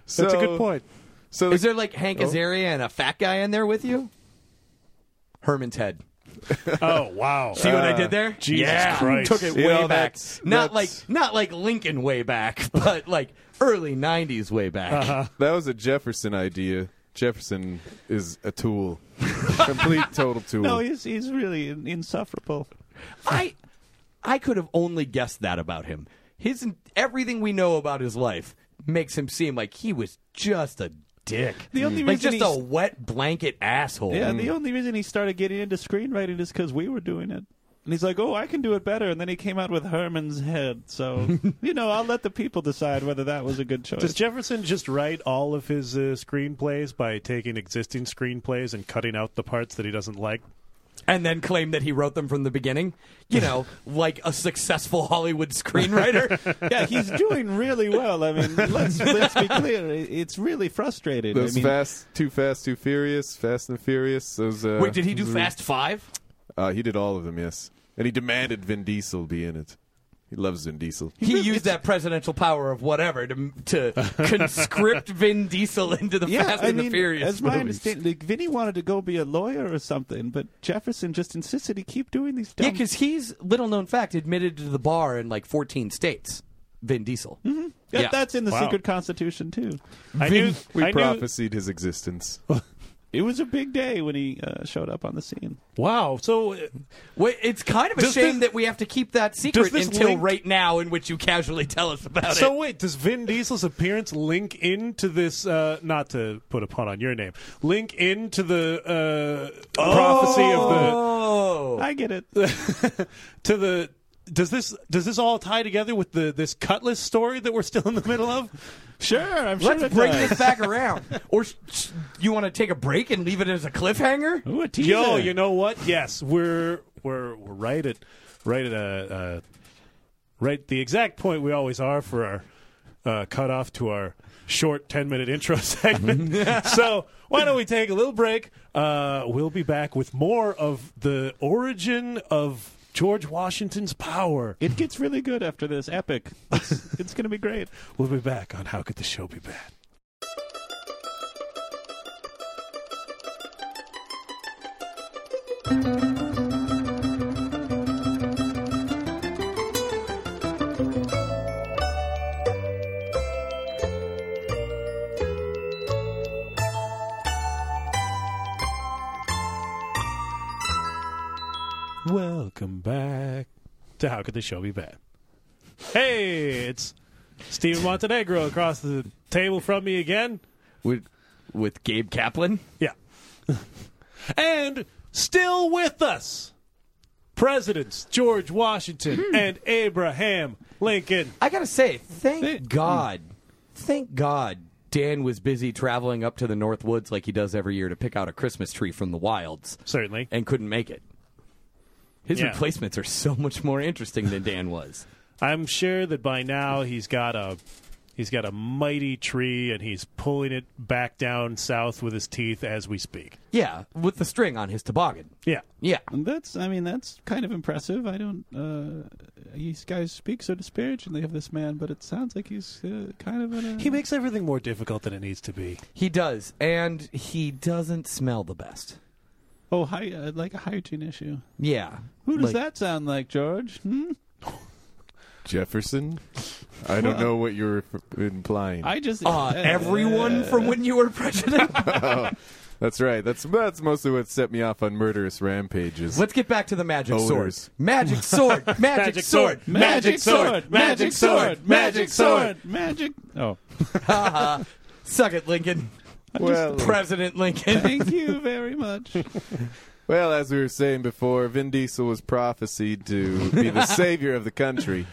G: so,
E: That's a good point.
G: So
A: Is there like Hank
G: Oh.
A: Azaria and a fat guy in there with you? Herman's head.
E: Oh wow!
A: See what I did there?
E: Jesus
A: yeah,
E: Christ.
A: took it way
G: You know,
A: back.
G: that's-
A: Not like
G: that's-
A: not like Lincoln way back, but like early '90s way back.
F: Uh-huh.
G: that was a Jefferson idea. Jefferson is a tool, complete total tool.
F: no he's he's really in- insufferable
A: I I could have only guessed that about him. His everything we know about his life makes him seem like he was just a dick.
F: The only
A: like
F: reason
A: just a
F: he's-
A: wet blanket asshole.
F: Yeah, the only reason he started getting into screenwriting is because we were doing it. And he's like, oh, I can do it better. And then he came out with Herman's Head. So, you know, I'll let the people decide whether that was a good choice.
E: Does Jefferson just write all of his uh, screenplays by taking existing screenplays and cutting out the parts that he doesn't like?
A: and then claim that he wrote them from the beginning. You know, like a successful Hollywood screenwriter.
F: yeah, he's doing really well. I mean, let's, let's be clear. i- It's really frustrating.
G: Those
F: I mean,
G: fast, too fast, too furious, fast and furious. Those. Uh,
A: Wait, did he do
G: those are-
A: Fast Five?
G: Uh, he did all of them, yes. And he demanded Vin Diesel be in it. He loves Vin Diesel.
A: He used that presidential power of whatever to to conscript Vin Diesel into the
F: yeah,
A: Fast
F: I
A: and
F: mean,
A: the Furious.
F: as my
A: movies.
F: understanding, like, Vinny wanted to go be a lawyer or something, but Jefferson just insisted he keep doing these dumb
A: Yeah, because he's little known fact admitted to the bar in like 14 states. Vin Diesel.
F: Yeah,
A: yeah.
F: That's in the
E: Wow.
F: secret constitution, too.
E: I knew.
G: We
E: I knew,
G: prophesied his existence.
F: It was a big day when he uh, showed up on the scene.
E: wow. So, uh,
A: Wait, it's kind of a
E: Does
A: shame
E: this-
A: that we have to keep that
E: does
A: secret
E: this
A: until
E: link-
A: right now, in which you casually tell us about
E: so
A: it.
E: wait. Does Vin Diesel's appearance link into this? Uh, not to put a pun on your name. Link into the uh, prophecy of the
A: Oh,
F: I get it.
E: to the does this does this all tie together with the this cutlass story that we're still in the middle of?
F: Sure, I'm sure
A: let's
F: it
A: bring
F: does.
A: this back around. Or sh- sh- you want to take a break and leave it as a cliffhanger?
F: Ooh, a teaser.
E: Yo, you know what? Yes, we're we're, we're right at right at uh, uh, right the exact point we always are for our uh, cutoff to our short ten minute intro segment. so why don't we take a little break? Uh, we'll be back with more of the origin of George Washington's power.
F: It gets really good after this epic. It's, it's going to be great.
E: We'll be back on How Could the Show Be Bad? Welcome back to How Could the Show Be Bad? Hey, it's Steven Montenegro across the table from me again.
A: With with Gabe Kaplan.
E: Yeah. and still with us, Presidents George Washington and Abraham Lincoln.
A: I gotta say, thank God, thank God, Dan was busy traveling up to the North Woods like he does every year to pick out a Christmas tree from the wilds,
E: Certainly.
A: and couldn't make it. His
E: Yeah.
A: replacements are so much more interesting than Dan was.
E: I'm sure that by now he's got a he's got a mighty tree and he's pulling it back down south with his teeth as we speak.
A: Yeah, with the string on his toboggan.
E: Yeah.
A: Yeah,
F: And that's, I mean, that's kind of impressive. I don't, uh, these guys speak so disparagingly of this man, but it sounds like he's uh, kind of an. Uh,
E: He makes everything more difficult than it needs to be.
A: he does, and he doesn't smell the best.
F: oh, hi, uh, like a hygiene issue.
A: Yeah,
F: Who does
A: Like-
F: that sound like, George? Hmm?
G: Jefferson? I don't know what you're implying.
F: I just.
A: Uh, everyone from when you were president.
G: that's right. That's that's mostly what set me off on murderous rampages.
A: Let's get back to the magic sword.
G: Odors.
A: Magic sword. Magic,
E: Magic sword.
A: sword.
F: Magic sword! Magic sword! Magic sword! Magic. Oh.
A: Suck it, Lincoln.
G: Well,
A: President Lincoln.
F: Thank you very much.
G: well, as we were saying before, Vin Diesel was prophesied to be the savior of the country,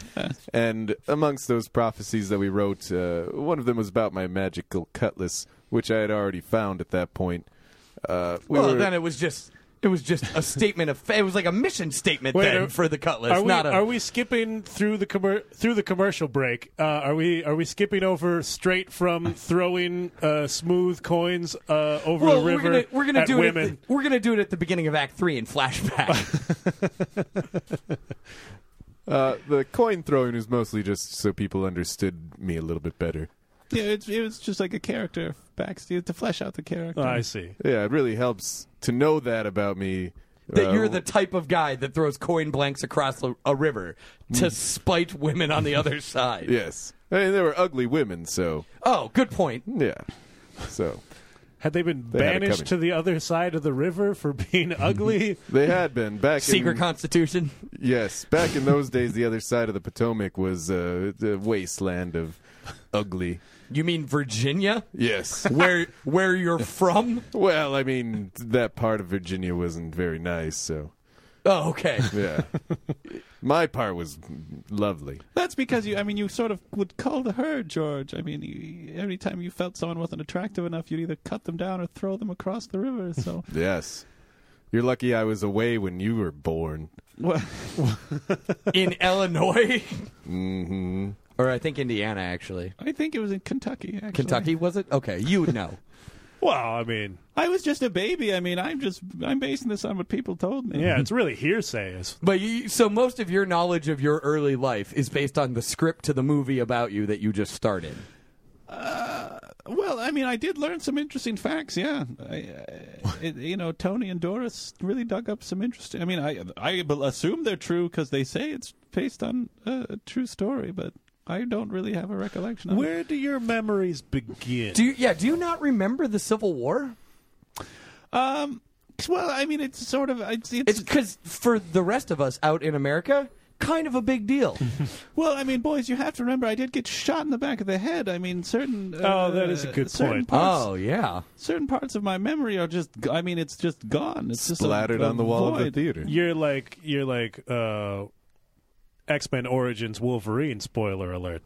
G: and amongst those prophecies that we wrote, uh, one of them was about my magical cutlass, which I had already found at that point. Uh, we
A: well,
G: were-
A: then it was just it was just a statement of it was like a mission statement
E: Wait,
A: then
E: are-
A: for the cutlass.
E: Are we,
A: not a,
E: are we skipping through the commer- through the commercial break? Uh, are we are we skipping over straight from throwing uh, smooth coins uh, over
A: well,
E: the
A: we're
E: river
A: gonna, we're gonna
E: at
A: do
E: women?
A: it. At the, we're gonna do it at the beginning of Act Three in flashback.
G: Uh, the coin throwing was mostly just so people understood me a little bit better.
F: Yeah, it's, it was just like a character back to flesh out the character.
E: Oh, I see.
G: Yeah, it really helps to know that about me.
A: that
G: Uh,
A: you're the type of guy that throws coin blanks across a, a river to spite women on the other side.
G: yes. I mean, they were ugly women, so
A: Oh, good point.
G: yeah. So
E: Had they been
G: They had it
E: banished
G: coming.
E: to the other side of the river for being ugly?
G: they had been back.
A: Secret
G: in,
A: Constitution.
G: yes, back in those days, the other side of the Potomac was uh, the wasteland of ugly.
A: You mean Virginia?
G: Yes.
A: Where where you're from?
G: well, I mean, that part of Virginia wasn't very nice, so
A: Oh, okay.
G: yeah. My part was lovely.
F: That's because you. I mean, you sort of would cull the herd, George. I mean, you, every time you felt someone wasn't attractive enough, you'd either cut them down or throw them across the river. So,
G: Yes. You're lucky I was away when you were born.
F: well,
A: In Illinois? Or I think Indiana actually.
F: I think it was in Kentucky. Actually.
A: Kentucky was it? Okay, you would know.
E: Well, I mean,
F: I was just a baby. I mean, I'm just. I'm basing this on what people told me.
E: yeah, it's really hearsay. It's-
A: But you, so most of your knowledge of your early life is based on the script to the movie about you that you just started.
F: Uh, Well, I mean, I did learn some interesting facts. Yeah, I, uh, it, you know, Tony and Doris really dug up some interesting. I mean, I I bel- assume they're true because they say it's based on uh, a true story, but I don't really have a recollection. of it.
E: Where do your memories begin?
A: Do you, yeah? Do you not remember the Civil War?
F: Um. Well, I mean, it's sort of it's,
A: It's
F: it's,
A: because for the rest of us out in America, kind of a big deal.
F: well. I mean, boys, you have to remember, I did get shot in the back of the head. I mean, certain. Uh,
E: Oh, that is a good
F: certain
E: point.
F: Parts,
A: oh yeah.
F: certain parts of my memory are just. g- I mean, it's just gone. It's just a-
G: Splattered
F: a
G: on the wall of the
F: void.
G: theater.
E: You're like you're like uh, X Men Origins Wolverine. Spoiler alert.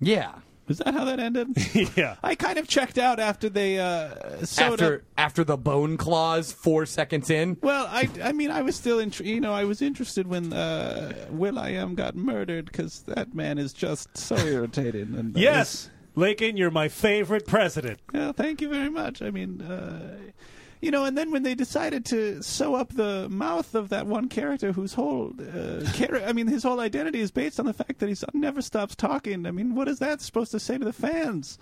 A: Yeah.
F: Is that how that ended?
E: yeah.
F: I kind of checked out after they uh, sewed up.
A: after after the bone claws, four seconds in.
F: Well, I, I mean, I was still in, you know, I was interested when uh, Will I Am got murdered because that man is just so irritating. And
E: Yes, Lincoln, you're my favorite president.
F: Yeah, thank you very much. I mean, uh, you know, and then when they decided to sew up the mouth of that one character whose whole uh, char- I mean, his whole identity is based on the fact that he never stops talking. I mean, what is that supposed to say to the fans?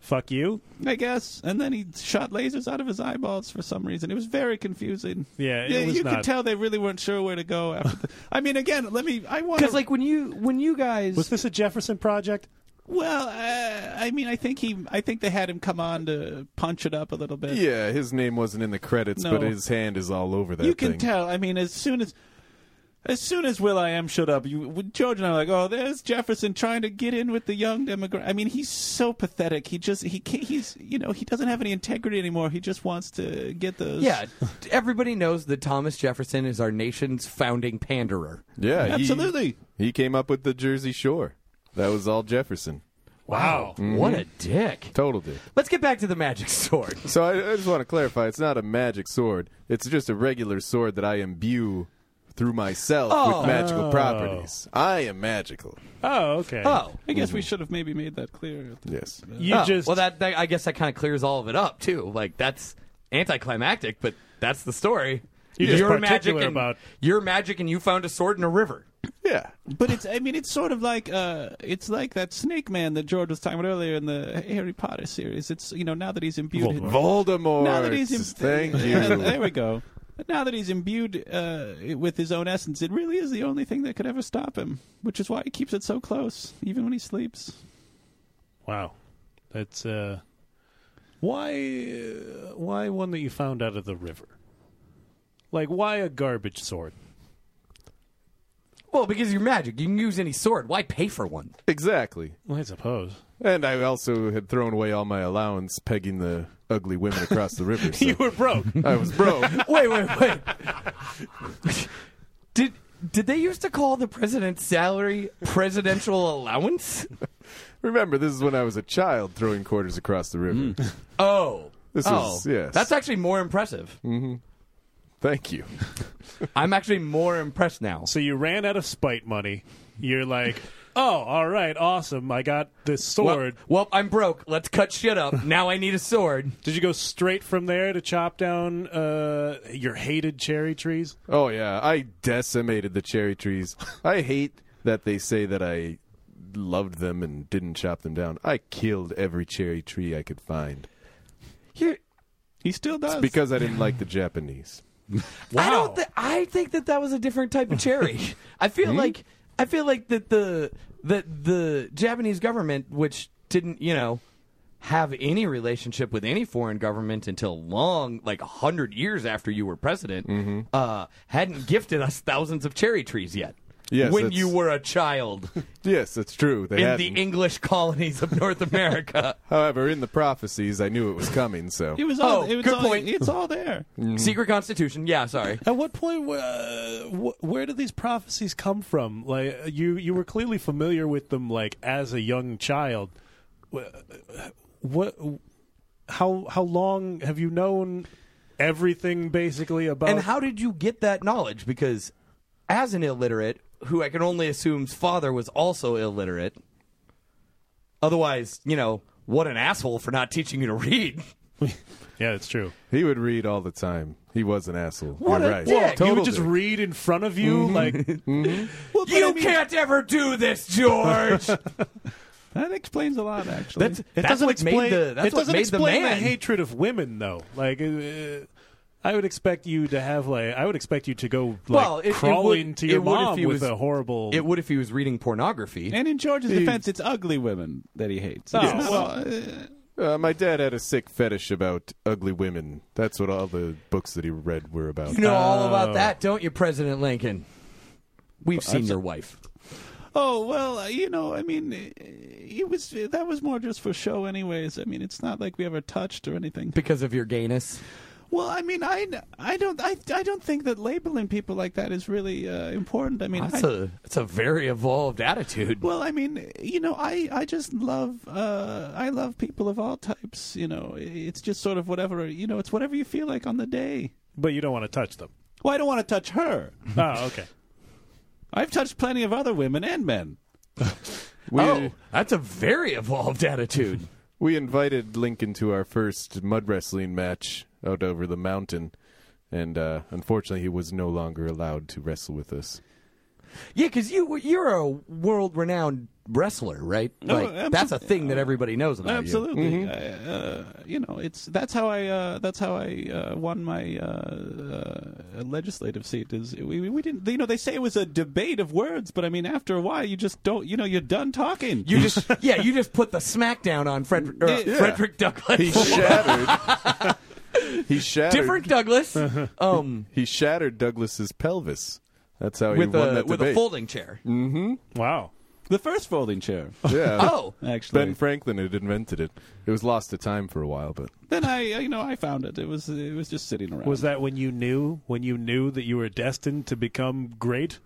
E: Fuck you.
F: I guess. And then he shot lasers out of his eyeballs for some reason. It was very confusing.
E: Yeah, it was
F: you
E: not-
F: could tell they really weren't sure where to go after. The- I mean, again, let me. I want
A: Because like when you when you guys
E: Was this a Jefferson project?
F: Well, uh, I mean, I think he, I think they had him come on to punch it up a little bit.
G: Yeah, his name wasn't in the credits,
F: No.
G: but his hand is all over that
F: you can
G: thing.
F: tell. I mean, as soon as as soon as Will I Am showed up, you with George and I were like, oh, there's Jefferson trying to get in with the young demographic. I mean, he's so pathetic. He just he can't. He's you know he doesn't have any integrity anymore. He just wants to get those.
A: Yeah, everybody knows that Thomas Jefferson is our nation's founding panderer.
G: yeah, he-
F: absolutely.
G: he came up with the Jersey Shore. That was all Jefferson.
A: Wow, what a dick!
G: Total dick.
A: Let's get back to the magic sword.
G: So I, I just want to clarify: it's not a magic sword. It's just a regular sword that I imbue through myself
A: Oh.
G: with magical properties. I am magical.
E: Oh, okay.
A: Oh,
F: I guess
G: Mm-hmm.
F: we should have maybe made that clear.
G: Yes.
E: you
A: Oh,
E: just
A: well that, that I guess that kind of clears all of it up too. Like that's anticlimactic, but that's the story.
E: You're just
A: magic
E: particular
A: and
E: about-
A: you're magic, and you found a sword in a river.
G: Yeah.
F: But it's I mean it's sort of like uh it's like that snake man that George was talking about earlier in the Harry Potter series. It's you know now that he's imbued
G: Voldemort.
F: now that he's
G: Thank
F: there
G: you.
F: we go. Now that he's imbued uh, with his own essence, it really is the only thing that could ever stop him, which is why he keeps it so close, even when he sleeps.
E: wow. That's uh, why uh, why one that you found out of the river? Like why a garbage sword?
A: Well, because you're magic, you can use any sword. Why pay for one?
G: exactly.
E: Well, I suppose
G: And I also had thrown away all my allowance pegging the ugly women across the river. So
E: you were broke.
G: I was broke.
A: Wait, wait, wait. did did they used to call the president's salary presidential allowance?
G: Remember, this is when I was a child throwing quarters across the river.
A: Oh.
G: This
A: oh,
G: is yes. Mm.
A: That's actually more impressive.
G: Thank you.
A: I'm actually more impressed now.
E: so you ran out of spite money. You're like, oh, all right, awesome. I got this
A: Well,
E: sword.
A: well, I'm broke. Let's cut shit up. Now I need a sword.
E: Did you go straight from there to chop down uh, your hated cherry trees?
G: Oh yeah, I decimated the cherry trees. I hate that they say that I loved them and didn't chop them down. I killed every cherry tree I could find
A: Here,
F: He still does.
G: because I didn't like the Japanese.
A: I
E: Wow.
A: don't. Th- I think that that was a different type of cherry. I feel like I feel like that the that the Japanese government, which didn't you know have any relationship with any foreign government until long, like a hundred years after you were president,
G: Mm-hmm.
A: uh, hadn't gifted us thousands of cherry trees yet.
G: Yes,
A: when
G: that's-
A: you were a child
G: Yes, that's true. They
A: in the
G: hadn't.
A: English colonies of North America.
G: However, in the prophecies, I knew it was coming. So
F: it was
A: Oh,
F: all, it was
A: good
F: all,
A: point.
F: It's all there.
G: Mm-hmm.
A: Secret Constitution. Yeah, sorry.
E: At what point, uh, wh- where did these prophecies come from? Like you, you were clearly familiar with them, like as a young child. Wh- uh, What, how, how long have you known everything basically about?
A: And how did you get that knowledge? Because as an illiterate, who I can only assume's father was also illiterate, otherwise, you know, what an asshole for not teaching you to read.
E: yeah, it's true.
G: he would read all the time. He was an asshole.
A: What
G: You're
A: a
G: right.
A: dick. Well,
E: you
G: Total
E: would just
G: dick.
E: read in front of you,
A: Mm-hmm.
E: like
F: Well, but
A: you
F: I mean,
A: can't ever do this, George.
F: That explains a lot, actually.
A: That's- that's what made the that's
E: it
A: what
E: doesn't
A: made the
E: explain
A: man.
E: hatred of women, though. Like, uh, I would expect you to have like I would expect you to go like
A: Well, it- it
E: crawl
A: would-
E: into
A: it
E: your
A: would if
E: mom
A: he
E: with
A: was-
E: a horrible.
A: it would if he was reading pornography.
F: and in George's defense, it's ugly women that he hates.
E: Oh,
F: It's not
E: well,
F: all-
G: Uh, my dad had a sick fetish about ugly women. That's what all the books that he read were about.
A: you know all about that, don't you, President Lincoln? We've seen your wife.
F: Oh well, uh, you know, I mean, it it was that was more just for show, anyways. I mean, it's not like we ever touched or anything.
A: Because of your gayness.
F: Well, I mean, I, I don't I, I don't think that labeling people like that is really uh, important. I mean,
A: That's
F: I,
A: a that's a very evolved attitude.
F: well, I mean, you know, I I just love uh, I love people of all types. You know, it's just sort of whatever you know, it's whatever you feel like on the day.
E: but you don't want to touch them.
F: Well, I don't want to touch her.
E: oh, okay.
F: I've touched plenty of other women and men.
G: We,
A: oh, that's a very evolved attitude.
G: We invited Lincoln to our first mud wrestling match out over the mountain, and uh, unfortunately, he was no longer allowed to wrestle with us.
A: Yeah, because you you're a world renowned wrestler, right?
F: absolutely.
A: like that's a thing that everybody knows about
F: Absolutely, I, uh, you know it's that's how I uh, that's how I uh, won my uh, uh, legislative seat. Is we we didn't you know they say it was a debate of words, but I mean after a while you just don't you know you're done talking.
A: you. You just yeah, you just put the smackdown on Frederick, er,
F: Yeah.
A: Frederick Douglass.
G: He shattered. he shattered.
A: Different Douglass, um,
G: He shattered Douglas's pelvis. That's how he
A: with
G: won
A: a
G: that
A: with a
G: debate.
A: folding chair.
E: Wow.
F: the first folding chair.
G: yeah.
A: Oh,
F: Actually,
G: Ben Franklin had invented it. It was lost to time for a while, but
F: then I uh, you know I found it. It was it was just sitting around.
E: Was that when you knew when you knew that you were destined to become great?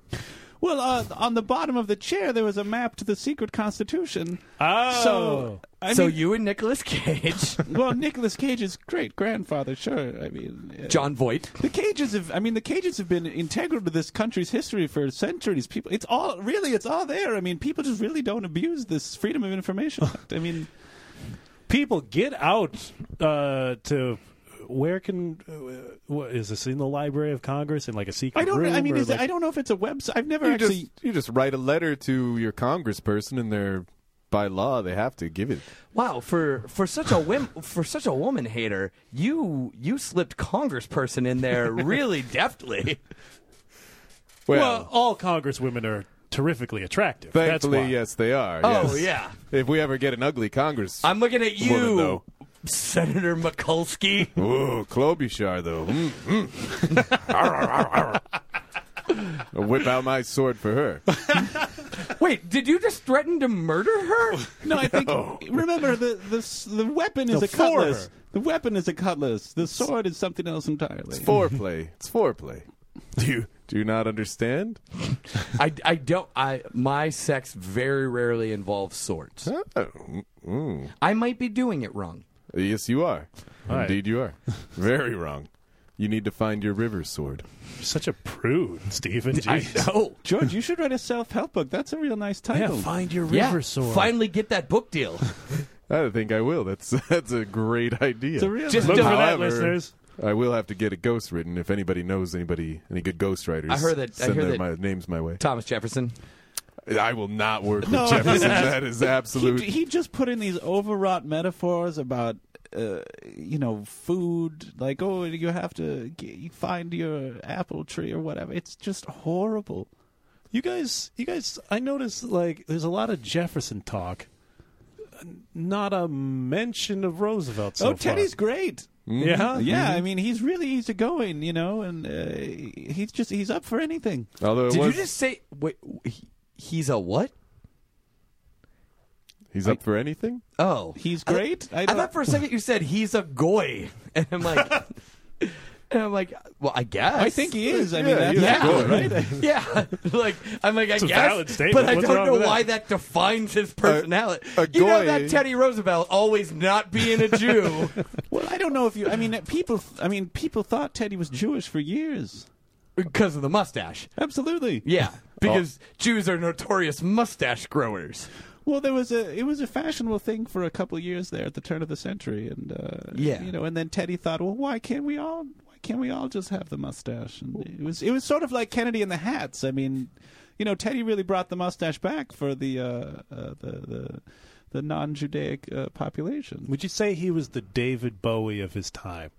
F: well uh, on the bottom of the chair there was a map to the secret constitution.
E: Oh.
F: So I
A: so
F: mean,
A: you and Nicolas Cage,
F: well Nicolas Cage's great grandfather. Sure, I mean uh,
A: John Voight.
F: The cages have, I mean, the cages have been integral to this country's history for centuries. People, it's all, really, it's all there. I mean, people just really don't abuse this Freedom of Information Act. I mean,
E: people get out uh, to where can uh, what is this in the Library of Congress in like a secret
F: I don't,
E: room?
F: I mean,
E: or
F: is
E: like-
F: I don't know if it's a website. I've never
G: you
F: actually,
G: just you just write a letter to your congressperson, and they're by law they have to give it.
A: Wow, for for such a whim, for such a woman hater, you you slipped Congressperson in there really deftly.
G: Well,
E: well, all Congresswomen are terrifically attractive. That's
G: thankfully,
E: why.
G: yes, they are.
A: Oh,
G: yes.
A: yeah.
G: If we ever get an ugly Congress,
A: I'm looking at you,
G: Woman, though.
A: Senator Mikulski.
G: Ooh, Klobuchar though. Mm, mm. Arr, arr, arr, arr. I'll mm. whip out my sword for her.
A: Wait, did you just threaten to murder her?
F: no, I think, remember, the, the, the weapon is
E: No,
F: a
E: for
F: cutlass.
E: her.
F: The weapon is a cutlass. The sword is something else entirely.
G: Foreplay. It's foreplay. Do you do you not understand?
A: I, I don't. I my sex very rarely involves swords.
G: Oh, mm, mm.
A: I might be doing it wrong.
G: Yes, you are.
E: right.
G: Indeed, you are. Very wrong. You need to find your river sword.
E: You're such a prude, Stephen. Jeez.
A: know.
F: George, you should write a self-help book. That's a real nice
E: Yeah,
F: title.
E: find your
A: Yeah,
E: river sword.
A: finally get that book deal.
G: I think I will. That's that's a great idea.
F: It's a real
E: Just
F: nice-
E: look for that,
G: However,
E: listeners.
G: I will have to get a ghost written if anybody knows anybody any good ghost writers.
A: I heard that- I
G: Send
A: heard
G: their
A: that-
G: my, names my way.
A: Thomas Jefferson.
G: I will not work with Jefferson. that is absolute.
F: He, he just put in these overwrought metaphors about, uh, you know, food. Like, oh, you have to g you find your apple tree or whatever. It's just horrible.
E: You guys, you guys. I noticed like there's a lot of Jefferson talk, not a mention of Roosevelt. So
F: oh, Teddy's great.
E: far. yeah,
F: Yeah, I mean, he's really easygoing, you know, and uh, he's just he's up for anything.
G: although it
A: Did you
G: was,
A: just say wait? he- He's a what?
G: he's up for anything.
A: Oh,
F: He's great.
A: I, thought-
F: I
A: I
F: don't-
A: thought for a second you said he's a goy, and I'm like, and I'm like, well, I guess.
F: I think he is. I
G: Yeah,
F: mean, that's
G: he's
A: Yeah,
G: good.
A: right. yeah, like I'm like I
E: a
A: guess,
E: valid statement.
A: but I
E: What's
A: don't
E: wrong
A: know
E: with
A: why that defines his personality.
G: a
A: you know
G: goy-
A: that Teddy Roosevelt always not being a Jew.
F: Well, I don't know if you. I mean, people. I mean, people thought Teddy was Jewish for years.
A: Because of the mustache.
F: Absolutely.
A: Yeah.
G: Oh.
A: Because Jews are notorious mustache growers.
F: Well, there was a it was a fashionable thing for a couple of years there at the turn of the century, and uh,
A: Yeah.
F: you know, and then Teddy thought, well, why can't we all why can't we all just have the mustache? And it was it was sort of like Kennedy and the hats. I mean, you know, Teddy really brought the mustache back for the uh, uh, the the, the non Judaic uh, population.
E: Would you say he was the David Bowie of his time?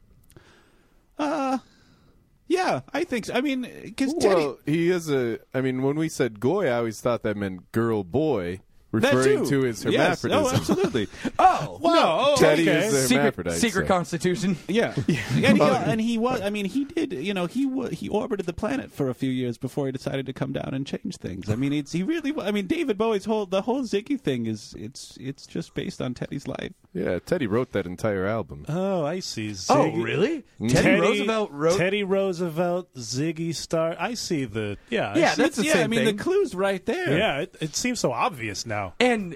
F: Yeah, I think. So. I mean, because Teddy.
G: Well, he is a. I mean, when we said goy, I always thought that meant girl boy,
F: That
G: referring
F: too.
G: to his
F: Yes.
G: hermaphroditism.
F: Oh, absolutely.
A: Oh.
F: Wow.
G: Teddy
E: okay.
G: is a
A: Secret,
G: hermaphrodite.
A: secret
G: so.
A: constitution.
F: Yeah, and, he, and he was. I mean, he did. You know, he wa he orbited the planet for a few years before he decided to come down and change things. I mean, it's he really. wa- I mean, David Bowie's whole the whole Ziggy thing is it's it's just based on Teddy's life.
G: yeah, Teddy wrote that entire album.
E: Oh, I see. Ziggy. Mm-hmm.
A: Oh, really? Teddy, Roosevelt wrote.
E: Teddy Roosevelt, Ziggy Star. I see the yeah. I
A: Yeah,
E: see-
A: that's the
F: yeah.
A: same
F: I mean,
A: thing.
F: the clue's right there.
E: yeah. It, it seems so obvious now.
A: And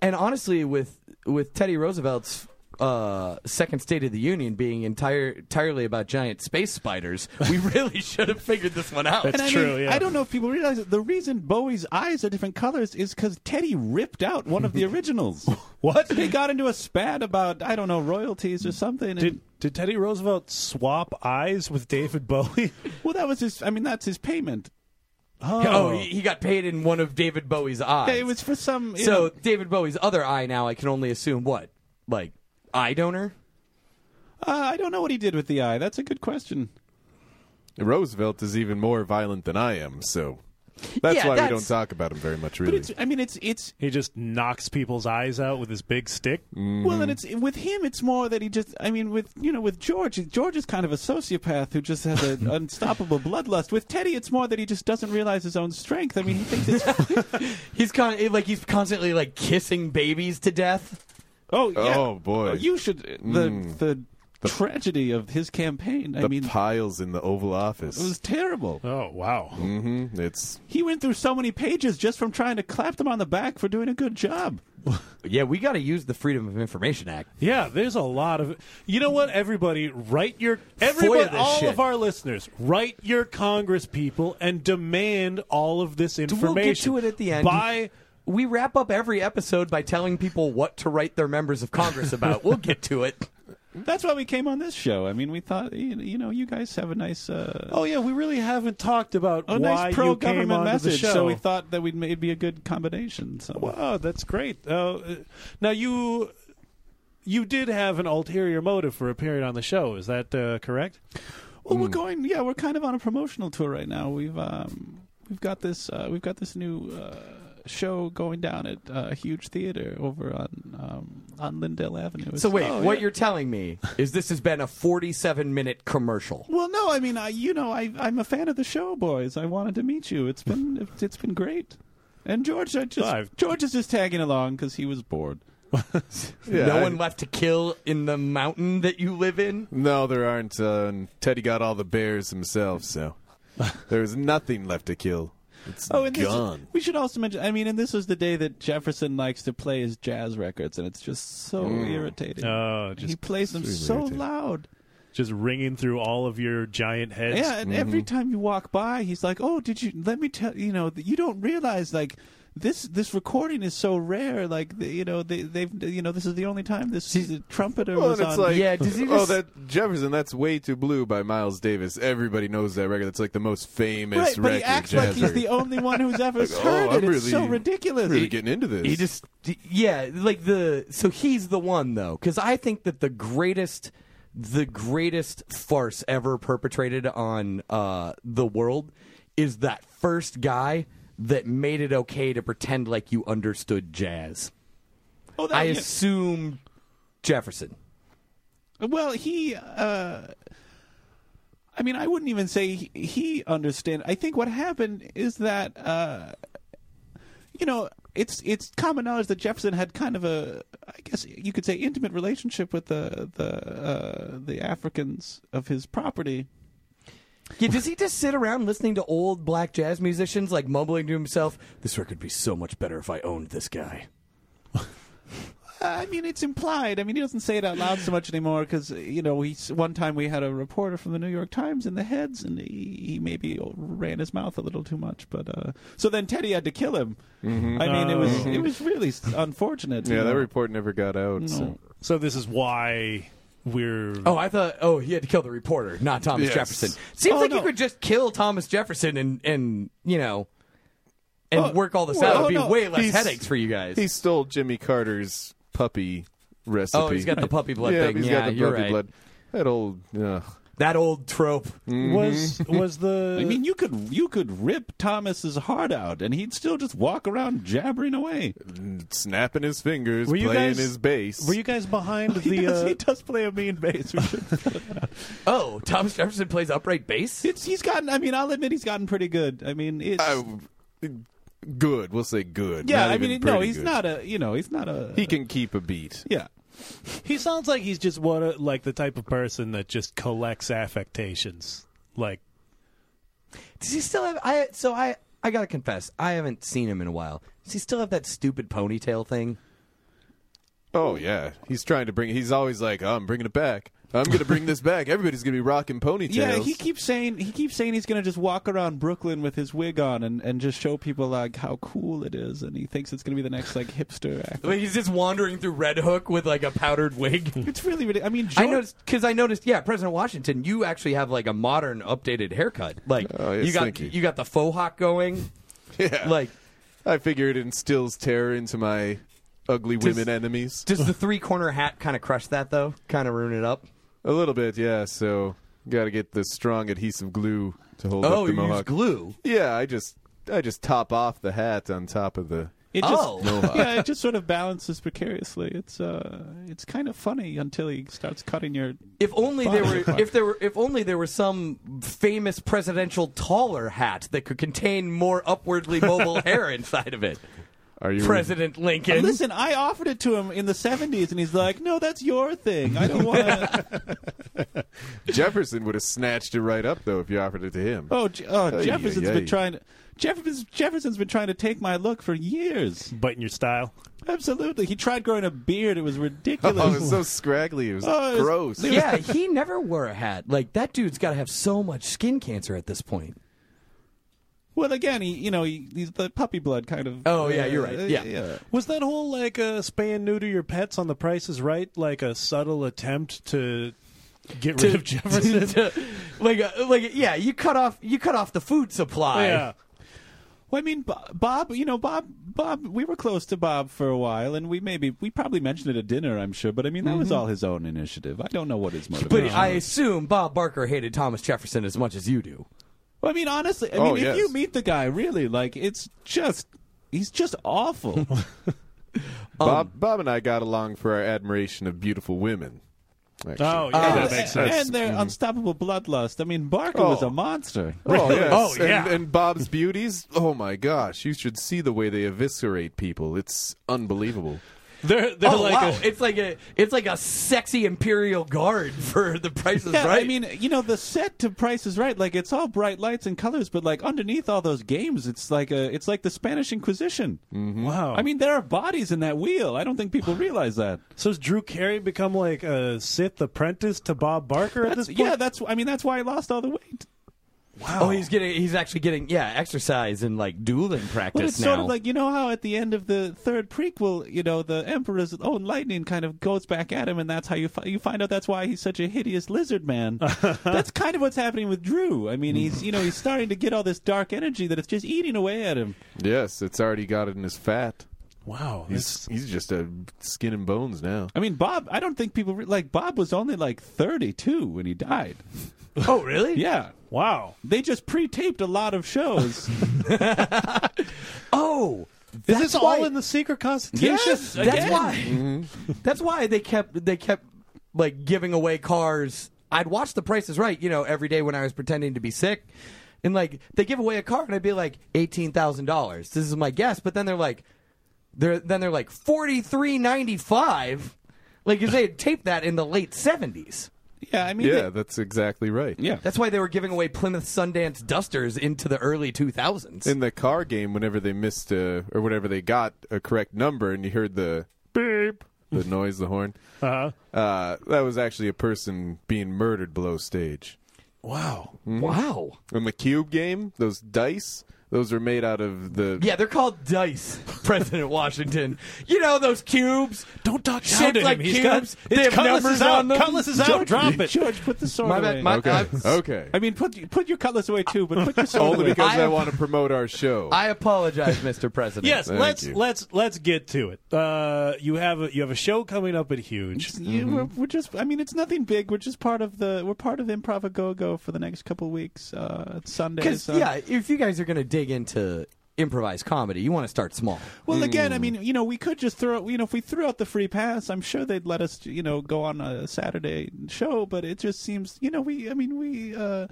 A: and honestly, with with Teddy Roosevelt's uh, second State of the Union being entire entirely about giant space spiders, we really should have figured this one out.
F: And I
E: It's
F: mean,
E: true, yeah.
F: I don't know if people realize it. The reason Bowie's eyes are different colors is because Teddy ripped out one of the originals. what? They got into a spat about I don't know royalties or something. and-
E: Did did Teddy Roosevelt swap eyes with David Bowie?
F: well, that was his. I mean, that's his payment.
A: Oh, he, he got paid in one of David Bowie's eyes.
F: It was for some. you
A: so
F: know-
A: David Bowie's other eye now, I can only assume what, like eye donor.
F: uh, I don't know what he did with the eye. That's a good question.
G: Roosevelt is even more violent than I am, so that's
A: Yeah,
G: why
A: that's-
G: we don't talk about him very much,
F: But
G: really.
F: it's. I mean, it's. It's
E: He just knocks people's eyes out with his big stick.
F: well,
G: Mm-hmm.
F: and it's with him. It's more that he just. I mean, with you know, with George, George is kind of a sociopath who just has an unstoppable bloodlust. With Teddy, it's more that he just doesn't realize his own strength. I mean, he thinks it's.
A: He's con- eh, like he's constantly like kissing babies to death.
F: oh yeah.
G: Oh, boy.
F: You should the the. tragedy of his campaign. I
G: the Uh.
F: mean,
G: piles in the Oval Office.
F: It was terrible.
E: Oh wow!
G: hmm It's
F: He went through so many pages just from trying to clap them on the back for doing a good job.
A: Yeah, we got to use the Freedom of Information Act.
E: Yeah, there's a lot of. You know what? Everybody, write your everybody,
A: this
E: all
A: shit.
E: of our listeners, write your Congress people and demand all of this information.
A: We'll get to it at the end.
E: By
A: we wrap up every episode by telling people what to write their members of Congress about. we'll get to it.
F: That's why we came on this show. I mean, we thought, you you know, you guys have a nice, uh,
E: oh yeah, we really haven't talked about
F: a
E: why
F: nice
E: you came
F: pro-government
E: onto
F: message.
E: the show.
F: So we thought that we'd maybe a good combination. So
E: Wow, that's great. Uh, uh, now you you did have an ulterior motive for appearing on the show. Is that uh, correct?
F: well,
E: hmm.
F: we're going. Yeah, we're kind of on a promotional tour right now. We've um, we've got this uh, we've got this new uh, show going down at uh, Huge Theater over on um, on Lindell Avenue.
A: So wait,
F: Oh,
A: what
F: yeah.
A: you're telling me is this has been a 47 minute commercial.
F: Well, no, I mean, I, you know, I, I'm a fan of the show, boys. I wanted to meet you. It's been it's- it's been great. And George, I just
E: I've-
F: George is just tagging along because he was bored.
G: yeah,
A: no
G: I-
A: one left to kill in the mountain that you live in.
G: No, there aren't. Uh, and Teddy got all the bears himself, so there's nothing left to kill. It's
F: Oh, and this,
G: gone.
F: we should also mention. I mean, and this was the day that Jefferson likes to play his jazz records, and it's just so irritating.
E: Oh,
F: he
E: just
F: plays them
G: Mm. really
F: so
G: irritating.
F: loud.
E: just ringing through all of your giant heads.
F: Yeah, and every
G: Mm-hmm.
F: time you walk by, he's like, "Oh, did you? Let me tell you know. You don't realize like." This this recording is so rare, like the, you know they they've you know this is the only time this trumpeter
G: Well,
F: was
G: and it's
F: on.
G: like,
A: Yeah, does he
G: oh,
A: just-
G: that Jefferson, that's way too blue by Miles Davis. Everybody knows that record. That's like the most famous
F: Right,
G: record.
F: but he acts
G: jazz
F: like he's
G: record.
F: the only one who's ever
G: oh,
F: heard it.
G: I'm
F: it's so
G: really-
F: ridiculous.
G: really getting into this.
A: He just, yeah, like the. So he's the one though, because I think that the greatest, the greatest farce ever perpetrated on uh, the world is that first guy that made it okay to pretend like you understood jazz.
F: oh, that,
A: I
F: yeah.
A: assume Jefferson.
F: Well, he. Uh, I mean, I wouldn't even say he, he understand. I think what happened is that uh, you know it's it's common knowledge that Jefferson had kind of a I guess you could say intimate relationship with the the uh, the Africans of his property.
A: Yeah, does he just sit around listening to old black jazz musicians like mumbling to himself, "This record would be so much better if I owned this guy."
F: I mean, it's implied. I mean, he doesn't say it out loud so much anymore because you know, we one time we had a reporter from the New York Times in the heads, and he, he maybe ran his mouth a little too much. But uh, so then Teddy had to kill him. I mean, it was it was really s- unfortunate. you
G: yeah, that
F: know.
G: report never got out. So.
E: So this is why we're.
A: Oh, I thought. Oh, he had to kill the reporter, not Thomas
G: Yes.
A: Jefferson. Seems
F: Oh,
A: like
F: no.
A: you could just kill Thomas Jefferson and and you know, and
F: Oh,
A: work all this
F: well,
A: out. It'd
F: oh,
A: be
F: no.
A: way less
G: He's-
A: headaches for you guys.
G: He stole Jimmy Carter's puppy recipe.
A: oh, he's got the puppy blood
G: yeah,
A: thing.
G: he's
A: yeah,
G: got the
A: you're
G: puppy
A: right.
G: blood. Mm. That old. Uh,
A: That old trope.
E: was was the.
F: I mean, you could you could rip Thomas's heart out, and he'd still just walk around jabbering away.
G: snapping his fingers,
E: Were you
G: playing
E: guys-
G: his bass.
E: were you guys behind
F: He,
E: the?
F: does,
E: Uh,
F: he does play a mean bass. We should-
A: Oh, Thomas Jefferson plays upright bass.
F: it's, he's gotten. I mean, I'll admit he's gotten pretty good. I mean, it's.
G: I- good. We'll say good.
F: yeah,
G: Not
F: I
G: even
F: mean, no,
G: pretty
F: he's
G: good.
F: not a. You know, he's not a.
G: He can keep a beat.
F: yeah.
E: he sounds like he's just one of, like the type of person that just collects affectations. Like
A: Does he still have? I so I I gotta confess, I haven't seen him in a while. Does he still have that stupid ponytail thing?
G: Oh yeah, he's trying to bring. He's always like, oh, "I'm bringing it back. I'm going to bring this back. Everybody's going to be rocking ponytails.
F: Yeah, he keeps saying he keeps saying he's going to just walk around Brooklyn with his wig on and, and just show people like how cool it is, and he thinks it's going to be the next like hipster act.
A: Like he's just wandering through Red Hook with like a powdered wig.
F: It's really really. I mean,
A: I
F: George-
A: noticed because I noticed, yeah, President Washington, you actually have like a modern, updated haircut. Like
G: Oh, yes,
A: you got
G: thank you.
A: got the faux hawk going.
G: Yeah.
A: Like
G: I figure it instills terror into my ugly women enemies.
A: does the three corner hat kind of crush that though? Kind of ruin it up.
G: A little bit, yeah. So got to get the strong adhesive glue to hold
A: Oh,
G: up the
A: you use
G: mohawk.
A: glue.
G: yeah, I just I just top off the hat on top of the.
F: it just,
A: Oh.
G: uh,
F: yeah, it just sort of balances precariously. It's uh, it's kind of funny until he starts cutting your.
A: If only there were, if there were, if only there were some famous presidential taller hat that could contain more upwardly mobile hair inside of it.
G: Are you
A: President Lincoln.
F: Listen, I offered it to him in the '70s, and he's like, "No, that's your thing. I don't want to."
G: Jefferson would have snatched it right up though if you offered it to him.
F: Oh, Je- oh,
G: Ay,
F: Jefferson's
G: ay, ay.
F: been trying to. Jefferson's, Jefferson's been trying to take my look for years.
E: biting your style.
F: Absolutely, he tried growing a beard. It was ridiculous.
G: Oh, it was so scraggly. It was
F: Oh, it was-
G: gross.
A: yeah, he never wore a hat. Like that dude's got to have so much skin cancer at this point.
F: Well, again, he you know he, he's the puppy blood kind of. uh,
A: Oh, yeah, you're right. Yeah.
E: Was that whole like uh, spay and neuter your pets on the Price is Right like a subtle attempt to get rid of Jefferson?
A: To- like, uh, like, yeah, you cut off, you cut off the food supply.
E: yeah,
F: Well, I mean, Bo- Bob, you know, Bob, Bob, we were close to Bob for a while, and we maybe we probably mentioned it at dinner, I'm sure. But I mean, that was all his own initiative. I don't know what his motivation.
A: Mm-hmm. But
F: was.
A: I assume Bob Barker hated Thomas Jefferson as much as you do.
F: Well, I mean, honestly, I mean,
G: Oh,
F: if
G: yes.
F: you meet the guy, really, like, it's just he's just awful. Um,
G: Bob, Bob and I got along for our admiration of beautiful women. actually.
E: Oh, yeah,
F: and,
E: that makes sense.
F: and their unstoppable bloodlust. I mean, Barker
G: Oh.
F: was a monster.
G: Oh, yes.
E: Oh, yeah.
G: And, and Bob's beauties. Oh my gosh, you should see the way they eviscerate people. It's unbelievable.
E: They're they're
A: Oh
E: like
A: wow,
E: a-
A: it's like a, it's like a sexy imperial guard for the prices
F: Yeah,
A: right.
F: I mean, you know, the set to Price is Right, like it's all bright lights and colors, but like underneath all those games, it's like a, it's like the Spanish Inquisition.
E: wow.
F: I mean, there are bodies in that wheel. I don't think people realize that.
E: so has Drew Carey become like a Sith apprentice to Bob Barker at this
F: That's,
E: point?
F: yeah, that's. I mean, that's why I lost all the weight.
A: oh, he's getting, he's actually getting, yeah, exercise and like dueling practice
F: But it's
A: now.
F: sort of like you know how at the end of the third prequel, you know, the Emperor's own lightning kind of goes back at him, and that's how you fi- you find out that's why he's such a hideous lizard man. that's kind of what's happening with Drew. I mean, he's you know he's starting to get all this dark energy that it's just eating away at him.
G: Yes, it's already got it in his fat.
E: wow.
G: He's he's just a skin and bones now.
F: I mean, Bob. I don't think people re- like Bob was only like 32 when he died.
A: oh really?
F: Yeah,
E: that's- wow.
F: they just pre-taped a lot of shows.
A: Oh,
E: Is this
A: why-
E: all in the secret constitution?
F: Yes,
A: That's
F: again.
A: why. That's why they kept they kept like giving away cars. I'd watch The Price Is Right, you know, every day when I was pretending to be sick, and like they give away a car, and I'd be like eighteen thousand dollars. This is my guess, but then they're like, they're then they're like forty three ninety five, like 'cause they had taped that in the late seventies.
F: yeah, I mean,
G: Yeah, that's exactly right.
F: they- yeah.
A: That's why they were giving away Plymouth Sundance Dusters into the early two thousands.
G: In the car game, whenever they missed a, or whenever they got a correct number, and you heard the beep, the noise, the horn,
E: Uh-huh.
G: uh, that was actually a person being murdered below stage.
E: Wow.
A: Wow.
G: In the cube game, those dice, those are made out of the
A: Yeah, they're called dice, President Washington. You know those cubes.
E: Don't talk
A: Shaped
E: down to him.
A: like
E: He's
A: cubes.
E: got,
A: They
E: his
A: have
E: cutlass
A: numbers
E: is out.
A: on them.
E: Cutlass is out. Drop it.
F: George, put the sword
A: My bad.
F: away.
A: My,
G: Okay.
A: I,
G: okay.
F: I mean, put put your cutlass away too, but put your sword
G: Only
F: away.
G: because
A: I
G: I,
A: have-
G: want to promote our show.
A: I apologize, Mr. President.
E: Yes,
G: Thank
E: let's
G: you.
E: let's let's get to it. Uh, you have a, you have a show coming up at Huge.
F: You- we're, we're just. I mean, it's nothing big. We're just part of the. We're part of Improv a Go Go for the next couple weeks. Uh, it's Sundays.
A: Because,
F: on-
A: yeah, if you guys are going to dig into improvised comedy, you want to start small.
F: Well, again,
G: Hmm.
F: I mean, you know, we could just throw. You know, if we threw out the free pass, I'm sure they'd let us. You know, go on a Saturday show. But it just seems. You know, we. I mean, we. Uh,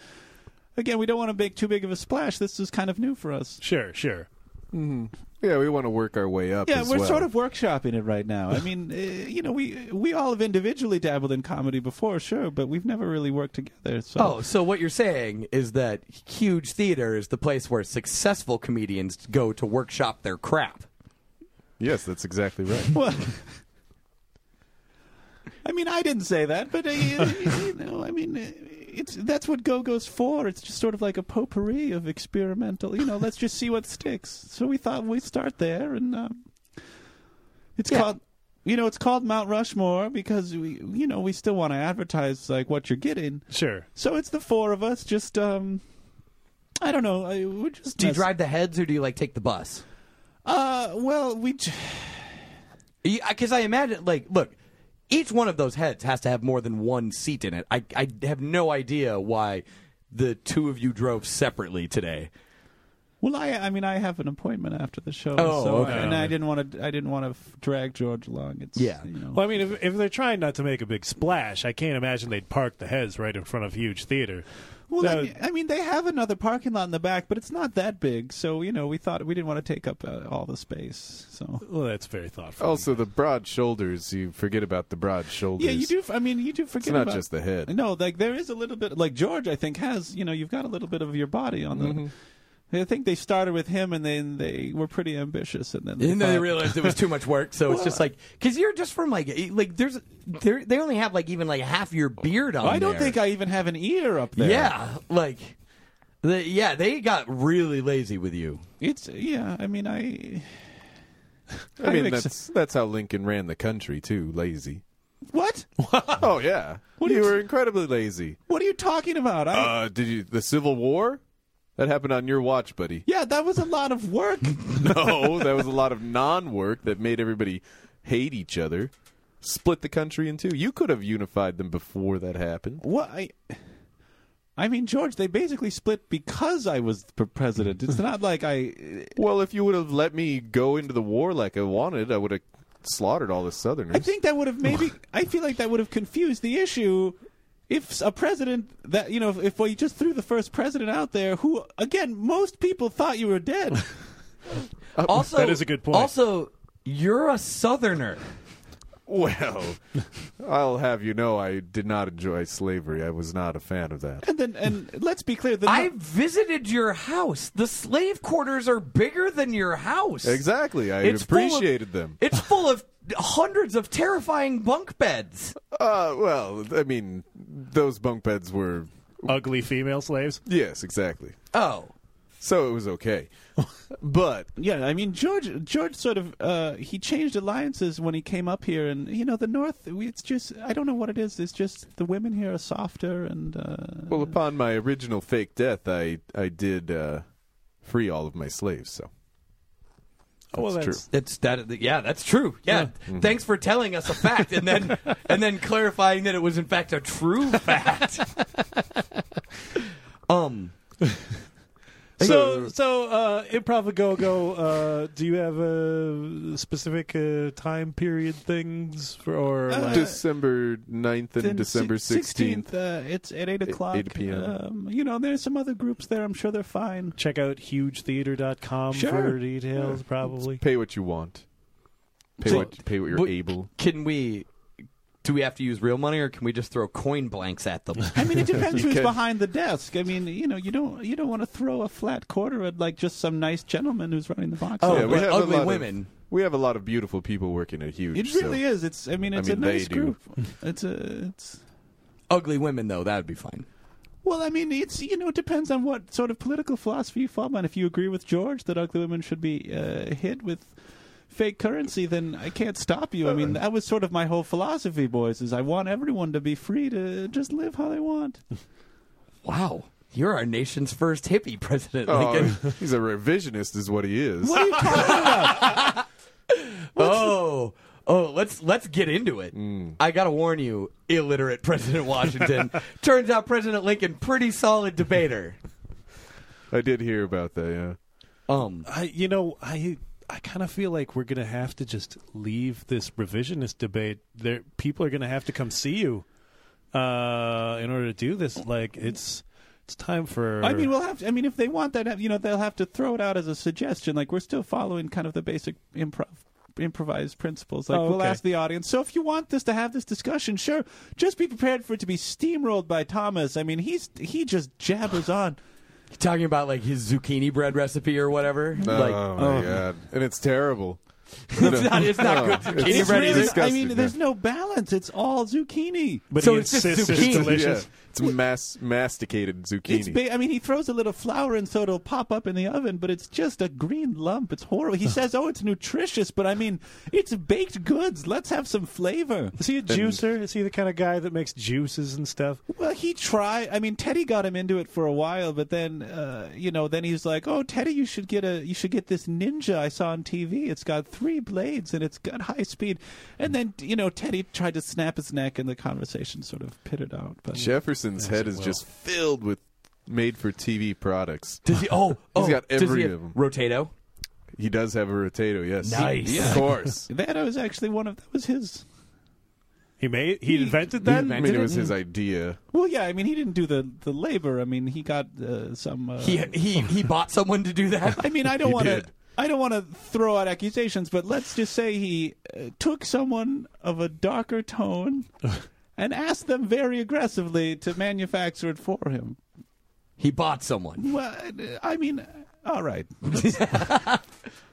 F: again, we don't want to make too big of a splash. This is kind of new for us.
E: Sure, sure.
G: yeah, we want to work our way up.
F: Yeah,
G: as
F: we're
G: well.
F: sort of workshopping it right now. I mean, uh, you know, we we all have individually dabbled in comedy before, sure, but we've never really worked together. So.
A: Oh, so what you're saying is that huge theater is the place where successful comedians go to workshop their crap.
G: Yes, that's exactly right.
F: Well, I mean, I didn't say that, but uh, you, you know, I mean, uh, it's that's what go-go's for. It's just sort of like a potpourri of experimental. You know, let's just see what sticks. So we thought we'd start there, and um, it's called. You know, it's called Mount Rushmore because we, you know, we still want to advertise like what you're getting.
E: Sure.
F: So it's the four of us. Just, um, I don't know. I- We're just.
A: Do you
F: mess-
A: drive the heads or do you like take the bus?
F: Uh, well, we. j-
A: Because I imagine, like, look, each one of those heads has to have more than one seat in it. I, I have no idea why the two of you drove separately today.
F: Well, I I mean I have an appointment after the show,
A: Oh,
F: so
A: okay.
F: and I didn't want to I didn't want to drag George along. It's
A: Yeah.
F: you know.
E: Well, I mean, if, if they're trying not to make a big splash, I can't imagine they'd park the heads right in front of huge theater.
F: Well,
E: That
F: I,
E: would-
F: mean, I mean, they have another parking lot in the back, but it's not that big. So you know, we thought we didn't want to take up uh, all the space. So
E: well, that's very thoughtful.
G: Also, the broad shoulders. You forget about the broad shoulders.
F: yeah, you do. I mean, you do forget.
G: It's not
F: about-
G: just the head.
F: No, like there is a little bit. Like George, I think has you know you've got a little bit of your body on the. I think they started with him, and then they were pretty ambitious, and then they
A: And then they
F: thought-
A: realized it was too much work, so it's just like because you're just from like eh, like there's there they only have like even like half your beard on.
F: I don't
A: there.
F: think I even have an ear up there.
A: Yeah, like, the, yeah, they got really lazy with you.
F: it's yeah. I mean, I.
G: I mean,
F: I'm ex-
G: that's that's how Lincoln ran the country too. Lazy.
F: what?
G: Oh yeah,
F: do
G: you
F: you-
G: were incredibly lazy.
F: What are you talking about? I,
G: Uh, did you the Civil War? That happened on your watch, buddy.
F: yeah, that was a lot of work.
G: No, that was a lot of non-work that made everybody hate each other, split the country in two. You could have unified them before that happened.
F: What I, I mean, George, they basically split because I was the president. It's not like I.
G: Well, if you would have let me go into the war like I wanted, I would have slaughtered all the Southerners.
F: I think that would have maybe. I feel like that would have confused the issue. If a president that you know, if, if we just threw the first president out there, who again, most people thought you were dead.
A: Also,
E: that is a good point.
A: Also, you're a Southerner.
G: Well, I'll have you know, I did not enjoy slavery. I was not a fan of that.
F: And then, and let's be clear, the
A: I visited your house. The slave quarters are bigger than your house.
G: Exactly, I
A: full of-
G: appreciated them.
A: It's full of hundreds of terrifying bunk beds.
G: Uh, well, I mean, those bunk beds were
E: Ugly female slaves.
G: yes, exactly.
A: Oh,
G: So it was okay, but
F: Yeah, I mean George. George sort of uh, he changed alliances when he came up here, and you know the North. It's just I don't know what it is. It's just the women here are softer, and uh,
G: well, upon my original fake death, I I did uh, free all of my slaves. So
E: Oh, well,
G: That's
E: that's
A: that's that. Yeah, that's true. Yeah, Mm-hmm. thanks for telling us a fact and then and then clarifying that it was in fact a true fact. um,
E: So, so uh, improv go go. Uh, do you have a specific uh, time period things for or
G: Uh,
E: like,
G: December 9th and
F: then
G: December
F: si-
G: 16th.
F: uh, it's at eight o'clock.
G: 8 p.m..
F: Um, you know, there's some other groups there. I'm sure they're fine.
E: check out hugetheater.com
F: Sure.
E: for details? Probably.
G: Pay what you want. Pay
A: So-
G: what pay what you're
A: What-
G: able.
A: can we? Do we have to use real money, or can we just throw coin blanks at them?
F: I mean, it depends who's
G: can-
F: behind the desk. I mean, you know, you don't you don't want to throw a flat quarter at like just some nice gentleman who's running the box.
A: Oh,
G: Yeah, we
A: but
G: have a
A: ugly
G: lot of-
A: women.
G: We have a lot of beautiful people working at Huge.
F: it really is. It's I mean, it's
G: mean,
F: a
G: they
F: nice
G: do.
F: group. It's a it's.
A: Ugly women, though, that would be fine.
F: Well, I mean, it's you know, it depends on what sort of political philosophy you fall on. If you agree with George that ugly women should be uh, hit with fake currency, then I can't stop you. I mean, that was sort of my whole philosophy, boys. Is I want everyone to be free to just live how they want.
A: Wow. You're our nation's first hippie, President Lincoln.
G: Oh, he's a revisionist, is what he is.
F: What are you talking about?
A: Oh, oh, let's let's get into it. I gotta warn you, illiterate President Washington. Turns out President Lincoln pretty solid debater.
G: I did hear about that. Yeah.
A: Um,
E: I, you know, I I kind of feel like we're gonna have to just leave this revisionist debate. There, people are gonna have to come see you uh, in order to do this. Like it's it's time for.
F: I mean, we'll have. To, I mean, if they want that, you know, they'll have to throw it out as a suggestion. Like we're still following kind of the basic improv. Improvised principles. Like
E: Oh,
F: we'll
E: okay.
F: ask the audience. So if you want this to have this discussion, sure. Just be prepared for it to be steamrolled by Thomas. I mean, he's he just jabbers on.
A: you talking about like his zucchini bread recipe or whatever.
G: Oh
A: Like,
G: my god, and it's terrible.
A: it's not, it's not good zucchini
G: It's
A: bread
G: really-
A: either.
G: disgusting,
F: I mean,
G: yeah.
F: there's no balance. It's all zucchini.
E: But
A: So
E: he
A: it's just
E: insists
A: zucchini.
E: it's delicious.
G: Yeah, it's mass masticated zucchini.
F: It's ba- I mean, he throws a little flour in so it'll pop up in the oven, but it's just a green lump. It's horrible. He says, "Oh, it's nutritious," but I mean, it's baked goods. Let's have some flavor.
E: Is he a juicer? Is he the kind of guy that makes juices and stuff?
F: Well, he tried. I mean, Teddy got him into it for a while, but then, uh, you know, then he's like, "Oh, Teddy, you should get a, you should get this ninja I saw on TV. It's got three blades and it's got high speed." And then, you know, Teddy tried to snap his neck, and the conversation sort of pitted out. But
G: Jefferson's head is just filled with made-for-TV products.
A: Does he? Oh, oh,
G: got
A: does he
G: every
A: have
G: of 'em.
A: Rotato.
G: He does have a rotato, yes.
A: Nice.
G: of course.
F: that was actually one of that was his.
E: He made he invented that.
G: I mean, it was his idea.
F: Well, yeah, I mean, he didn't do the the labor. I mean, he got uh, some. Uh,
A: He he he bought someone to do that.
F: I mean, I don't
G: He
F: want to.
G: did.
F: I don't want to throw out accusations, but let's just say he uh, took someone of a darker tone and asked them very aggressively to manufacture it for him.
A: He bought someone.
F: Well, uh, I mean, all right.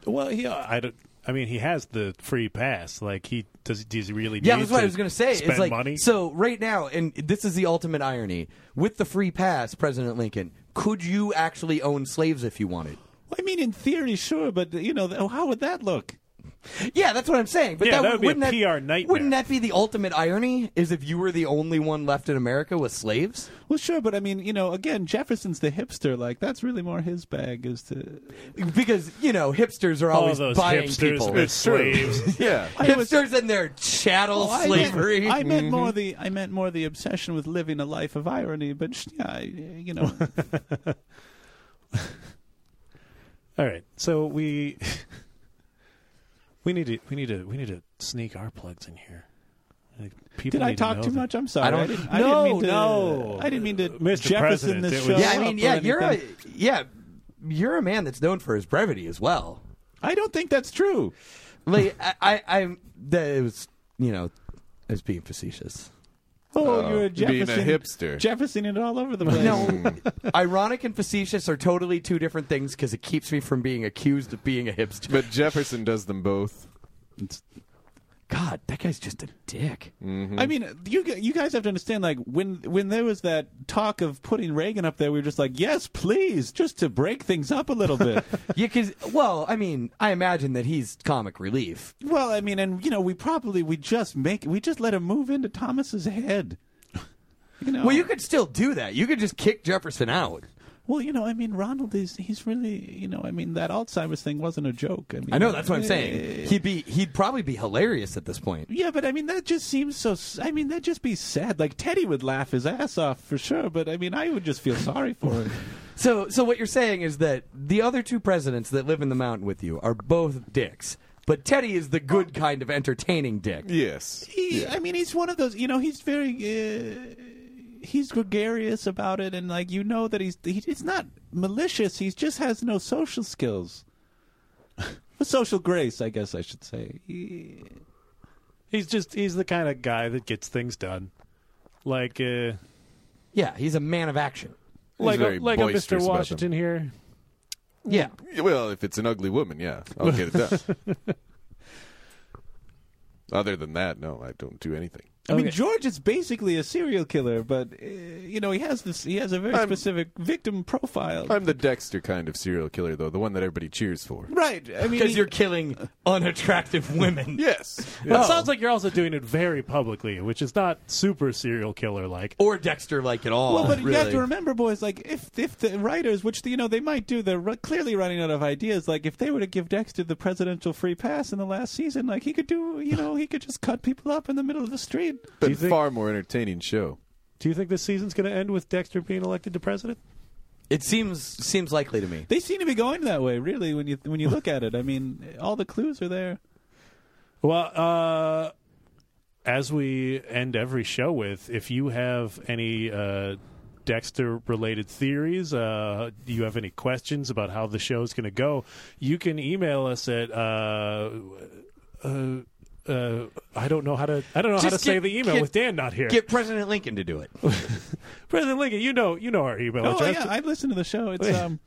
E: Well, he I don't. I mean, he has the free pass. Like he does. Does he really?
A: Yeah,
E: need
A: that's what I was going to say.
E: Spend
A: It's like
E: money.
A: so right now, and this is the ultimate irony with the free pass, President Lincoln. Could you actually own slaves if you wanted?
F: I mean, in theory, sure, but you know, th- how would that look?
A: Yeah, that's what I'm saying. But that,
E: Yeah, that would be a
A: wouldn't
E: PR
A: that,
E: nightmare.
A: Wouldn't that be the ultimate irony? Is if you were the only one left in America with slaves?
F: Well, sure, but I mean, you know, again, Jefferson's the hipster. Like, that's really more his bag. Is to
A: Because you know hipsters are
E: all
A: always
E: those
A: buying
E: hipsters
A: people.
E: with slaves.
G: Yeah.
F: I was-
A: hipsters and their chattel
F: Oh, I
A: slavery.
F: Meant, I meant
G: Mm-hmm.
F: more the I meant more the obsession with living a life of irony. But sh- yeah, I- you know,
E: All right, so we we need to we need to we need to sneak our plugs in here. Like, people
F: did I
E: need to
F: talk
E: know
F: too
E: that-
F: much? I'm sorry.
A: I don't-
F: didn't,
E: No,
F: I didn't mean to,
E: no.
F: I didn't mean to
E: Mr.
F: Jefferson
E: President,
F: this
E: it
F: show.
E: was-
A: yeah, I mean,
F: up or
A: yeah, you're a
F: anything.
A: yeah, you're a man that's known for his brevity as well.
F: I don't think that's true.
A: Like I, I, I that it was you know, I was being facetious.
F: Oh,
G: Oh,
F: you're a
G: being a
F: Jefferson
G: hipster.
F: Jefferson it all over the place.
A: No, ironic and facetious are totally two different things because it keeps me from being accused of being a hipster.
G: But Jefferson does them both.
A: God, that guy's just a dick.
F: I mean, you gu- you guys have to understand. Like when when there was that talk of putting Reagan up there, we were just like, yes, please, just to break things up a little bit.
A: Yeah, because well, I mean, I imagine that he's comic relief.
F: Well, I mean, and you know, we probably we just make we just let him move into Thomas's head. You know,
A: Well, you could still do that. You could just kick Jefferson out.
F: well, you know, I mean, Ronald is he's really you know, I mean, that Alzheimer's thing wasn't a joke. I mean,
A: I know that's what I'm
F: eh,
A: saying. He'd be he'd probably be hilarious at this point.
F: Yeah, but I mean, that just seems so. s- I mean, that just be sad. Like Teddy would laugh his ass off for sure, but I mean, I would just feel sorry for him.
A: So so what you're saying is that the other two presidents that live in the mountain with you are both dicks. But Teddy is the good kind of entertaining dick.
G: Yes.
F: He, I mean, he's one of those. You know, he's very. Uh, he's gregarious about it, and like you know that he's he, he's not malicious. He just has no social skills. Or social grace, I guess I should say. He-
E: He's just he's the kind of guy that gets things done. Like uh,
A: Yeah, he's a man of action.
E: like
G: very
E: a, like a
G: boisterous
E: Mr.
G: about
E: Washington here.
A: Yeah.
G: Well, if it's an ugly woman, yeah, I'll get it done. Other than that, no, I don't do anything.
F: I mean,
A: Okay.
F: George is basically a serial killer, but uh, you know he has this. He has a very
G: I'm-
F: specific victim profile.
G: I'm the Dexter kind of serial killer, though, the one that everybody cheers for.
F: right. I mean,
A: Because
F: he-
A: you're killing unattractive women.
G: Yes.
F: Oh.
E: It sounds like you're also doing it very publicly, which is not super serial killer like.
A: Or Dexter like at all.
F: Well, but
A: really.
F: you have to remember, boys. Like, if if the writers, which you know they might do, they're ru- clearly running out of ideas. Like, if they were to give Dexter the presidential free pass in the last season, like he could do, you know, he could just cut people up in the middle of the street.
G: but
E: you think-
G: far more entertaining show.
E: Do you think this season's going to end with Dexter being elected to president?
A: It seems seems likely to me.
F: They seem to be going that way, really. When you when you look at it, I mean, all the clues are there.
E: Well, uh, as we end every show with, if you have any uh, Dexter related theories, uh, you have any questions about how the show's going to go, you can email us at. Uh, uh, uh, I don't know how to. I don't know how to
A: Just
E: say
A: get-
E: the email
A: get-
E: with Dan not here.
A: Get President Lincoln to do it.
E: President Lincoln, you know, you know our email
F: Oh
E: address.
F: yeah, I listen to the show. It's um.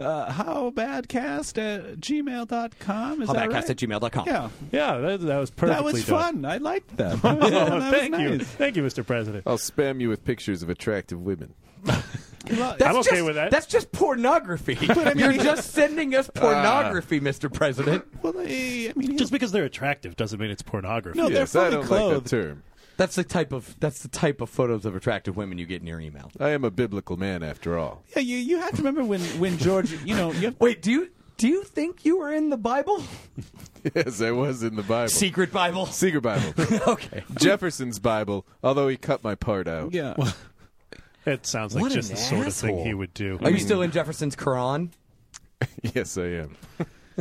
F: uh, howbadcast at gmail.com. Is that
A: Howbadcast
F: right?
A: at gmail.com.
F: Yeah.
E: Yeah, that, that was perfectly
F: That was
E: done.
F: fun. I liked that. That was- that was
E: Thank you.
F: nice.
E: Thank you, Mr. President.
G: I'll spam you with pictures of attractive women.
A: That's
E: I'm okay
A: just,
E: with that.
A: That's just pornography. You're just sending us pornography, Mr. President.
F: Well, I, I mean,
E: Just because they're attractive doesn't mean it's pornography.
F: no,
G: yes,
F: they're
G: I
F: fully
G: don't like that
F: clothed.
G: term.
A: That's the type of that's the type of photos of attractive women you get in your email.
G: I am a biblical man after all.
F: yeah, you, you have to remember when, when George, you know, you have,
A: Wait, do you do you think you were in the Bible?
G: Yes, I was in the Bible.
A: Secret Bible.
G: Secret Bible.
A: okay.
G: Jefferson's Bible, although he cut my part out.
F: yeah.
E: It sounds like
A: What
E: just
A: an
E: the sort of
A: asshole.
E: thing he would do.
A: Are you still in Jefferson's Quran?
G: Yes, I am.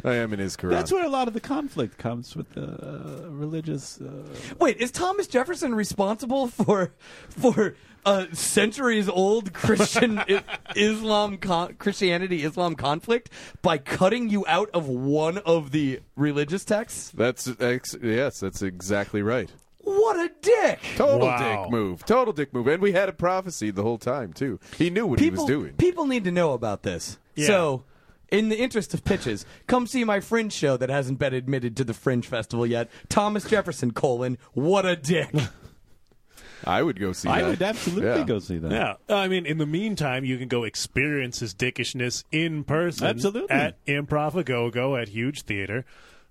G: I am in his Quran.
F: That's where a lot of the conflict comes with the uh, religious. Uh,
A: Wait, is Thomas Jefferson responsible for for a centuries old Christian I- Islam con- Christianity Islam conflict by cutting you out of one of the religious texts?
G: That's ex- yes, that's exactly right.
A: What a dick!
G: Total
E: Wow.
G: dick move. Total dick move. And we had a prophecy the whole time too. He knew what
A: People
G: he was doing.
A: people need to know about this.
E: Yeah.
A: So, in the interest of pitches, come see my Fringe show that hasn't been admitted to the Fringe Festival yet. Thomas Jefferson: colon, What a dick!
G: I would go see
F: I
G: that.
F: would absolutely
G: Yeah.
F: go see that.
E: Yeah. I mean, in the meantime, you can go experience his dickishness in person.
F: Absolutely.
E: At Improv A Go Go at Huge Theater.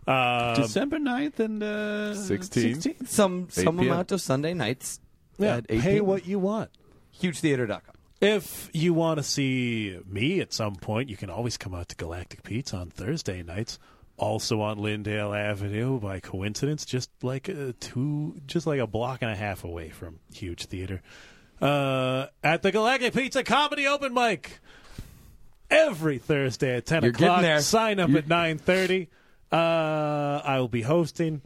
E: Uh,
F: December 9th and uh,
G: 16th.
F: 16th.
A: Some
G: 8
A: some
G: p.m.
A: amount of Sunday nights
E: yeah,
A: at 8
E: pay
A: p.m.
E: what you want.
A: hugetheater.com.
E: If you want to see me at some point, you can always come out to Galactic Pete's on Thursday nights. Also on Lindale Avenue by coincidence, just like a two, just like a block and a half away from Huge Theater, uh, at the Galactic Pizza Comedy Open Mic every Thursday at 10
A: You're getting
E: o'clock.
A: there.
E: Sign up at 9.30. Uh, I will be hosting,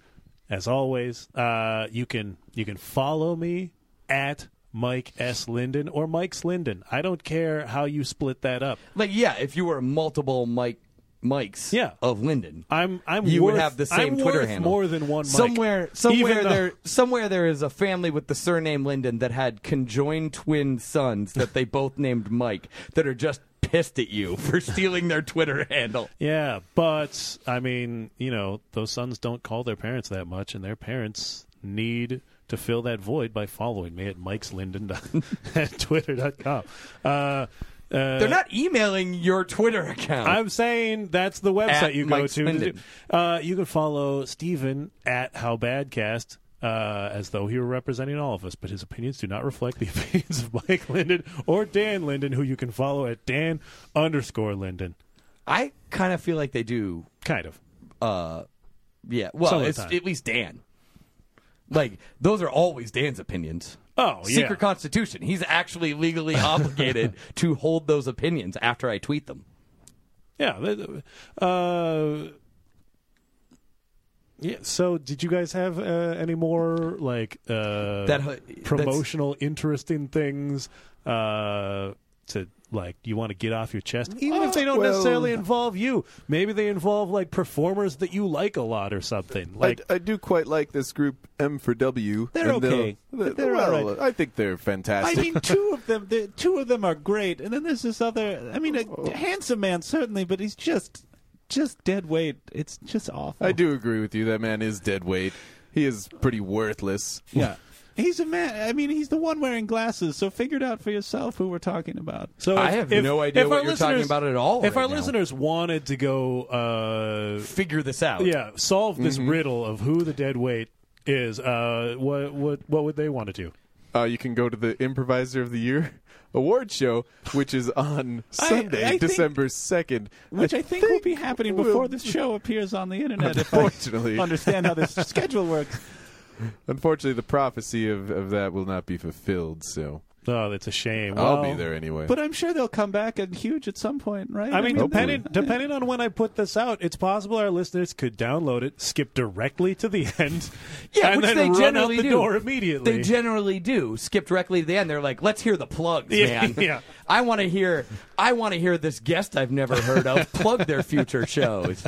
E: as always. Uh, you can you can follow me at Mike S. Linden or Mike's Linden. I don't care how you split that up.
A: Like, yeah, if you were multiple mic mics
E: Yeah.
A: of Linden,
E: I'm I'm
A: you would
E: worth-
A: have the same
E: I'm
A: Twitter
E: worth
A: handle.
E: more than one Mike.
A: Somewhere,
E: Even
A: somewhere
E: though-
A: there, somewhere there is a family with the surname Linden that had conjoined twin sons that they both named Mike that are just pissed at you for stealing their Twitter handle.
E: Yeah, but I mean, you know, those sons don't call their parents that much, and their parents need to fill that void by following me at Mike's Linden at twitter.com. Uh, uh,
A: They're not emailing your Twitter account.
E: I'm saying that's the website
A: At
E: you go
A: Mike's
E: to. to
A: Linden.
E: do- Uh, you can follow Steven at How Badcast. Uh, as though he were representing all of us, but his opinions do not reflect the opinions of Mike Linden or Dan Linden, who you can follow at Dan underscore Linden.
A: I kind of feel like they do.
E: Kind of.
A: Uh, yeah,
E: Some
A: well,
E: of the
A: it's
E: time.
A: at least Dan. Like those are always Dan's opinions.
E: Oh, yeah.
A: secret constitution. He's actually legally obligated to hold those opinions after I tweet them.
E: Yeah. th- Uh, yeah. So, did you guys have uh, any more like uh,
A: That- that's-
E: promotional, interesting things uh, to like? You want to get off your
A: Uh,
E: chest, even if they don't
G: well-
E: necessarily involve you. Maybe they involve like performers that you like a lot or something.
G: I-
E: Like,
G: I, do quite like this group M for W.
F: They're
G: and they'll-
F: okay.
G: they-
F: They're
G: well,
F: all right.
G: I think they're
F: I
G: fantastic.
F: mean, two of them. the- Two of them are great, and then there's this other. I mean, a handsome man certainly, but he's just, just dead weight. It's just awful.
G: I do agree with you. That man is dead weight. He is pretty worthless.
F: Yeah, he's a man. I mean, he's the one wearing glasses. So figure it out for yourself who we're talking about.
E: so
A: I
E: if-
A: have
E: if-
A: no idea
E: if
A: what
E: our
A: you're talking
E: listeners-
A: about at all
E: If
A: right
E: our
A: now.
E: listeners wanted to go. Uh,
A: Figure this out.
E: yeah, solve this
G: Mm-hmm.
E: riddle of who the dead weight is. Uh, what what what would they want to do?
G: Uh, you can go to the Improviser of the Year award show, which is on
F: I-
G: Sunday,
F: I think-
G: December second.
F: Which I think, will be happening
G: we'll-
F: before this show appears on the internet. If I
G: Unfortunately,
F: understand how this schedule works.
G: unfortunately, the prophecy of, of that will not be fulfilled. So
E: Oh, that's a shame.
G: I'll
E: Well,
G: be there anyway.
F: But uh, I'm sure they'll come back and huge at some point, right?
E: I mean,
G: Hopefully.
E: depending depending on when I put this out, it's possible our listeners could download it, skip directly to the end,
A: Yeah,
E: and
A: which
E: then
A: they
E: run out
A: generally
E: the
A: do.
E: door immediately.
A: They generally do. Skip directly to the end. They're like, "Let's hear the plugs,
E: Yeah,
A: man.
E: yeah.
A: I want to hear. I want to hear this guest I've never heard of plug their future shows.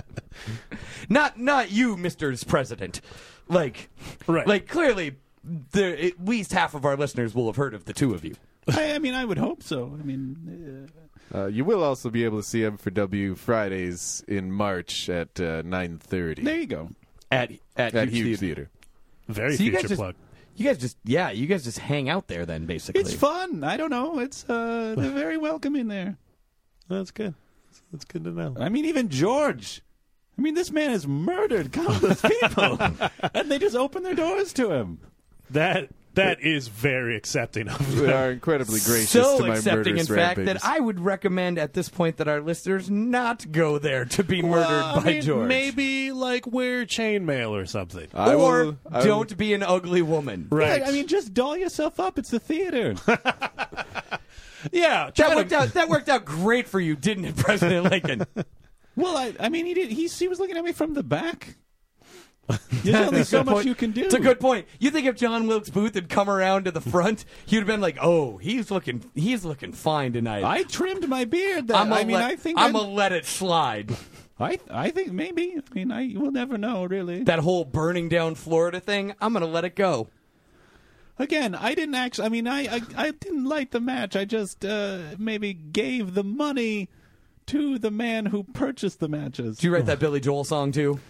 A: Not, not you, Mister President. Like,
E: Right.
A: Like clearly, there, at least half of our listeners will have heard of the two of you.
F: I, I mean, I would hope so. I mean, uh,
G: Uh, you will also be able to see M4W Fridays in March at uh, nine thirty
F: there you go.
A: at at,
G: at
A: Huge
G: Huge
A: Theater.
G: Theater.
E: Very
A: So you guys
E: future
A: just-
E: plug.
A: You guys just yeah, you guys just hang out there then basically.
F: It's fun. I don't know. It's uh, they're very welcoming there.
E: That's good. That's good to know.
F: I mean, even George. I mean, this man has murdered countless people, and they just open their doors to him.
E: That that is very accepting of
G: They
E: them.
G: are incredibly gracious
A: so
G: to my
A: accepting, in
G: murderous
A: fact,
G: rampages.
A: that I would recommend at this point that our listeners not go there to be
E: Well,
A: murdered
E: I
A: by
E: mean,
A: George,
E: Maybe like wear chainmail or something.
G: I will-
A: or
G: I will-
A: don't be an ugly woman.
E: Right.
F: I mean, just doll yourself up. It's the theater.
E: yeah. try
A: That
E: to-
A: worked out. That worked out great for you, didn't it, President Lincoln?
F: well, I, I mean, he did. He, he was looking at me from the back. There's only so much you can do.
A: It's a good point. You think if John Wilkes Booth had come around to the front, he'd have been like, "Oh, he's looking, he's looking fine tonight."
F: I trimmed my beard. That,
A: I'm
F: I
A: a
F: mean,
A: let-
F: I think
A: I'm
F: I'm
A: a let it slide.
F: I, I think maybe. I mean, I we'll never know, really.
A: That whole burning down Florida thing, I'm gonna let it go.
F: Again, I didn't actually. I mean, I, I I didn't light the match. I just uh, maybe gave the money to the man who purchased the matches.
A: Did you write that Billy Joel song too?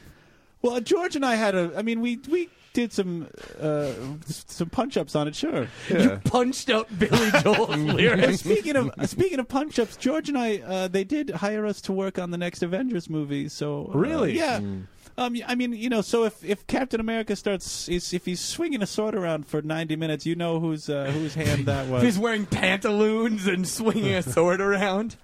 F: Well, George and I had a. I mean, we we did some uh, s- some punch ups on it. Sure.
G: Yeah.
A: Punched up Billy Joel's
F: And
A: lyrics.
F: speaking of speaking of punch ups, George and I uh, they did hire us to work on the next Avengers movie. So uh,
E: Really?
F: yeah.
A: Hmm.
F: Um, I mean, you know, so if, if Captain America starts, is- if he's swinging a sword around for ninety minutes, you know whose uh, whose hand that was.
A: He's wearing pantaloons and swinging a sword around.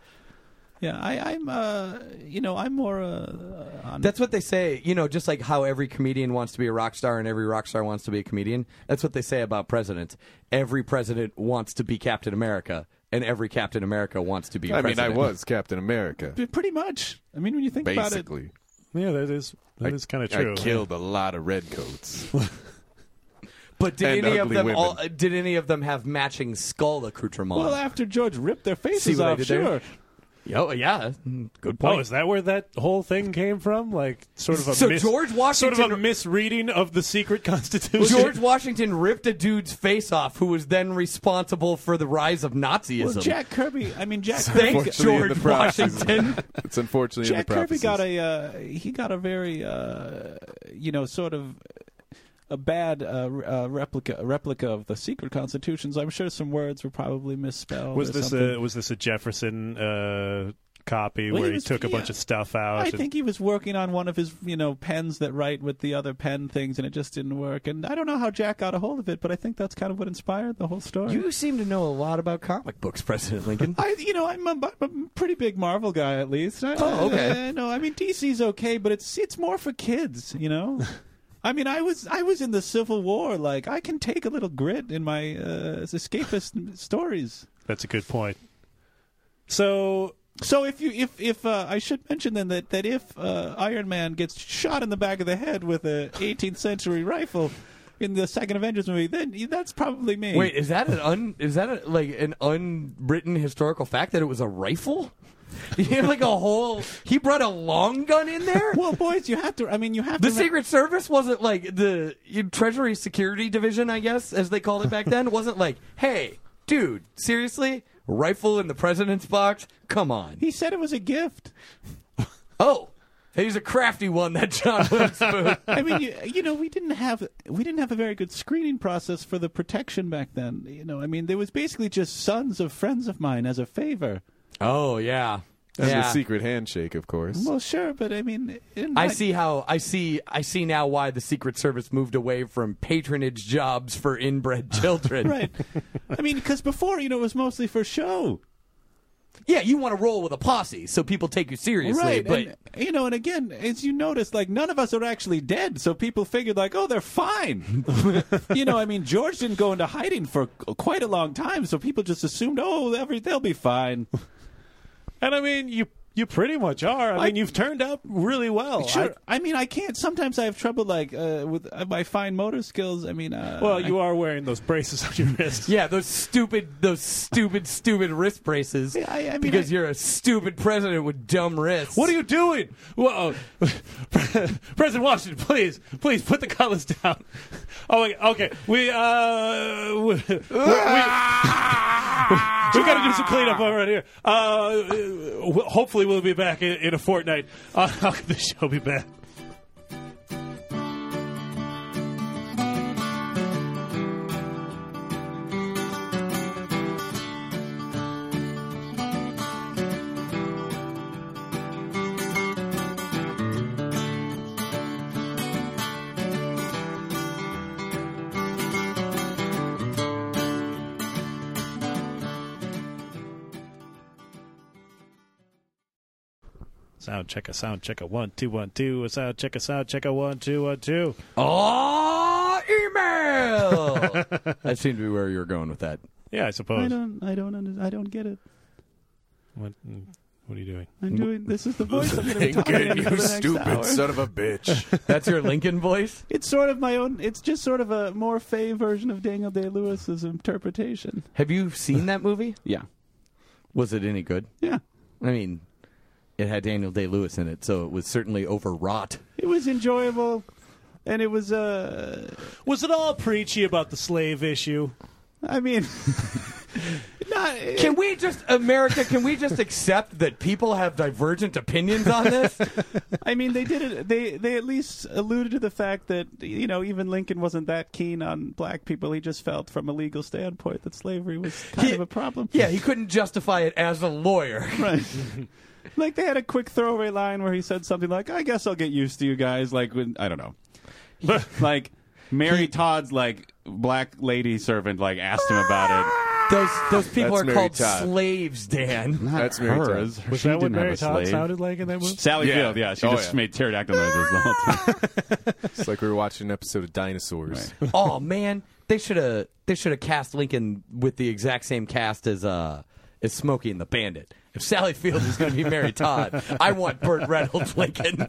F: Yeah, I, I'm. Uh, you know, I'm more. Uh, on
A: That's what they say. You know, just like how every comedian wants to be a rock star and every rock star wants to be a comedian. That's what they say about presidents. Every president wants to be Captain America, and every Captain America wants to be. a
G: I mean, I
A: president.
G: was Captain America,
F: P- pretty much. I mean, when you think about it,
G: basically.
E: yeah, that is that is kind of true.
G: I killed a lot of redcoats.
A: But did
G: And
A: any of
G: ugly
A: them
G: women.
A: all, uh, did any of them have matching skull accoutrements?
F: well, after George ripped their
A: See
F: faces
A: what I
F: off,
A: did there?
F: sure.
A: oh yeah, Mm, good
E: Oh,
A: point.
E: is that where that whole thing came from? Like, sort of a
A: So
E: mis-
A: George
E: sort of a
A: Washington-
E: misreading of the secret constitution.
A: George Washington ripped a dude's face off, who was then responsible for the rise of Nazism.
F: Well, Jack Kirby. I mean, Jack.
A: Thank
G: Unfortunately, in the
A: George
G: prophecies.
A: Washington.
G: It's unfortunately in
F: Jack
G: the
F: Kirby
G: prophecies.
F: got a. Uh, he got a very, uh, you know, sort of. A bad uh, re- uh, replica replica of the secret constitutions. I'm sure some words were probably misspelled.
E: was
F: or
E: this
F: something.
E: a was this a Jefferson uh, copy
F: Well, he
E: where he
F: was-
E: took a bunch
F: yeah.
E: of stuff out?
F: I
E: and-
F: think he was working on one of his, you know, pens that write with the other pen things, and it just didn't work. And I don't know how Jack got a hold of it, but I think that's kind of what inspired the whole story.
A: You seem to know a lot about comic books, President Lincoln.
F: I, you know, I'm a, I'm a pretty big Marvel guy, at least. I,
A: Oh, okay.
F: I, I know. I mean, DC's okay, but it's it's more for kids, you know. I mean, I was I was in the Civil War. Like, I can take a little grit in my uh, escapist stories.
E: that's a good point. So
F: So if you if if uh, I should mention then that that if uh, Iron Man gets shot in the back of the head with a 18th century rifle in the second Avengers movie, then you- that's probably me.
A: Wait, is that an un is that a, like an unwritten historical fact that it was a rifle? He had like a whole. He brought a long gun in there.
F: well, boys, you have to. I mean, you have
A: The
F: to.
A: Secret Service wasn't like the you- Treasury Security Division, I guess, as they called it back then, wasn't like, hey, dude, seriously, rifle in the president's box? Come on.
F: He said it was a gift.
A: Oh, he's a crafty one, that John Wilkes Booth.
F: I mean, you, you know, we didn't have we didn't have a very good screening process for the protection back then. You know, I mean, there was basically just sons of friends of mine as a favor.
A: Oh yeah,
G: And the
A: yeah.
G: secret handshake, of course.
F: Well, sure, but I mean, in
A: I
F: my-
A: see how I see I see now why the Secret Service moved away from patronage jobs for inbred children.
F: Right. I mean, because before, you know, it was mostly for show.
A: Yeah, you want to roll with a posse so people take you seriously,
F: right,
A: but
F: and, you know, and again, as you notice, like none of us are actually dead, so people figured like, oh, they're fine. you know, I mean, George didn't go into hiding for quite a long time, so people just assumed, oh, every, they'll be fine.
E: And I mean, you You pretty much are. I,
F: I-
E: mean, you've turned out really well.
F: Sure. Oh, I, mean, I can't. Sometimes I have trouble, like uh, with uh, my fine motor skills. I mean, uh,
E: I- well, you are wearing those braces on your wrists.
A: Yeah, those stupid, those stupid, stupid wrist braces.
F: Yeah, I- I mean,
A: because
F: I-
A: you're a stupid president with dumb wrists.
E: What are you doing? Whoa. President Washington, please, please put the cutlass down. Oh, my- okay. We, uh, we, we, we got to do some cleanup over right here. Uh, w- hopefully, we'll be back in, in a fortnight. Uh, how can the show be back? Sound check a sound check a one two one two a sound check a sound check a one two one two.
A: Ah, email. that seemed to be where you were going with that.
E: Yeah, I
F: I
E: suppose.
F: don't. I don't. Under, I don't get it.
E: What, mm, what are you doing?
F: I'm doing. This is the voice I'm going to be talking in for the next hour.
G: of a bitch.
A: That's your Lincoln voice.
F: It's sort of my own. It's just sort of a more fey version of Daniel Day Lewis's interpretation.
A: Have you seen that movie?
F: Yeah.
A: Was it any good?
F: Yeah.
A: I mean, it had Daniel Day Lewis in it, so it was certainly overwrought.
F: It was enjoyable, and it was. Uh,
E: Was it all preachy about the slave issue?
F: I mean, not.
A: Can we just America? Can we just accept that people have divergent opinions on this?
F: I mean, they did it. They they at least alluded to the fact that you know even Lincoln wasn't that keen on black people. He just felt from a legal standpoint that slavery was kind
A: He-
F: of a problem.
A: yeah, he couldn't justify it as a lawyer.
F: Right. like they had a quick throwaway line where he said something like, "I guess I'll get used to you guys." Like when I don't know, like Mary Todd's like black lady servant like asked him about it.
A: Those those people
G: That's
A: are
G: Mary
A: called
G: Todd.
A: slaves, Dan.
G: That's Mary Todd.
F: hers.
E: Was
F: She
E: that what
F: didn't have
E: Mary
F: a
E: Todd
F: slave.
E: sounded like in that movie?
F: Sally
G: Yeah.
F: Field, yeah, she
G: Oh,
F: just
G: yeah.
F: made pterodactyl noises the whole time.
G: It's like we were watching an episode of Dinosaurs.
A: oh man, they should have they should have cast Lincoln with the exact same cast as uh as Smokey and the Bandit. If Sally Field is going to be Mary Todd, I want Burt Reynolds Lincoln.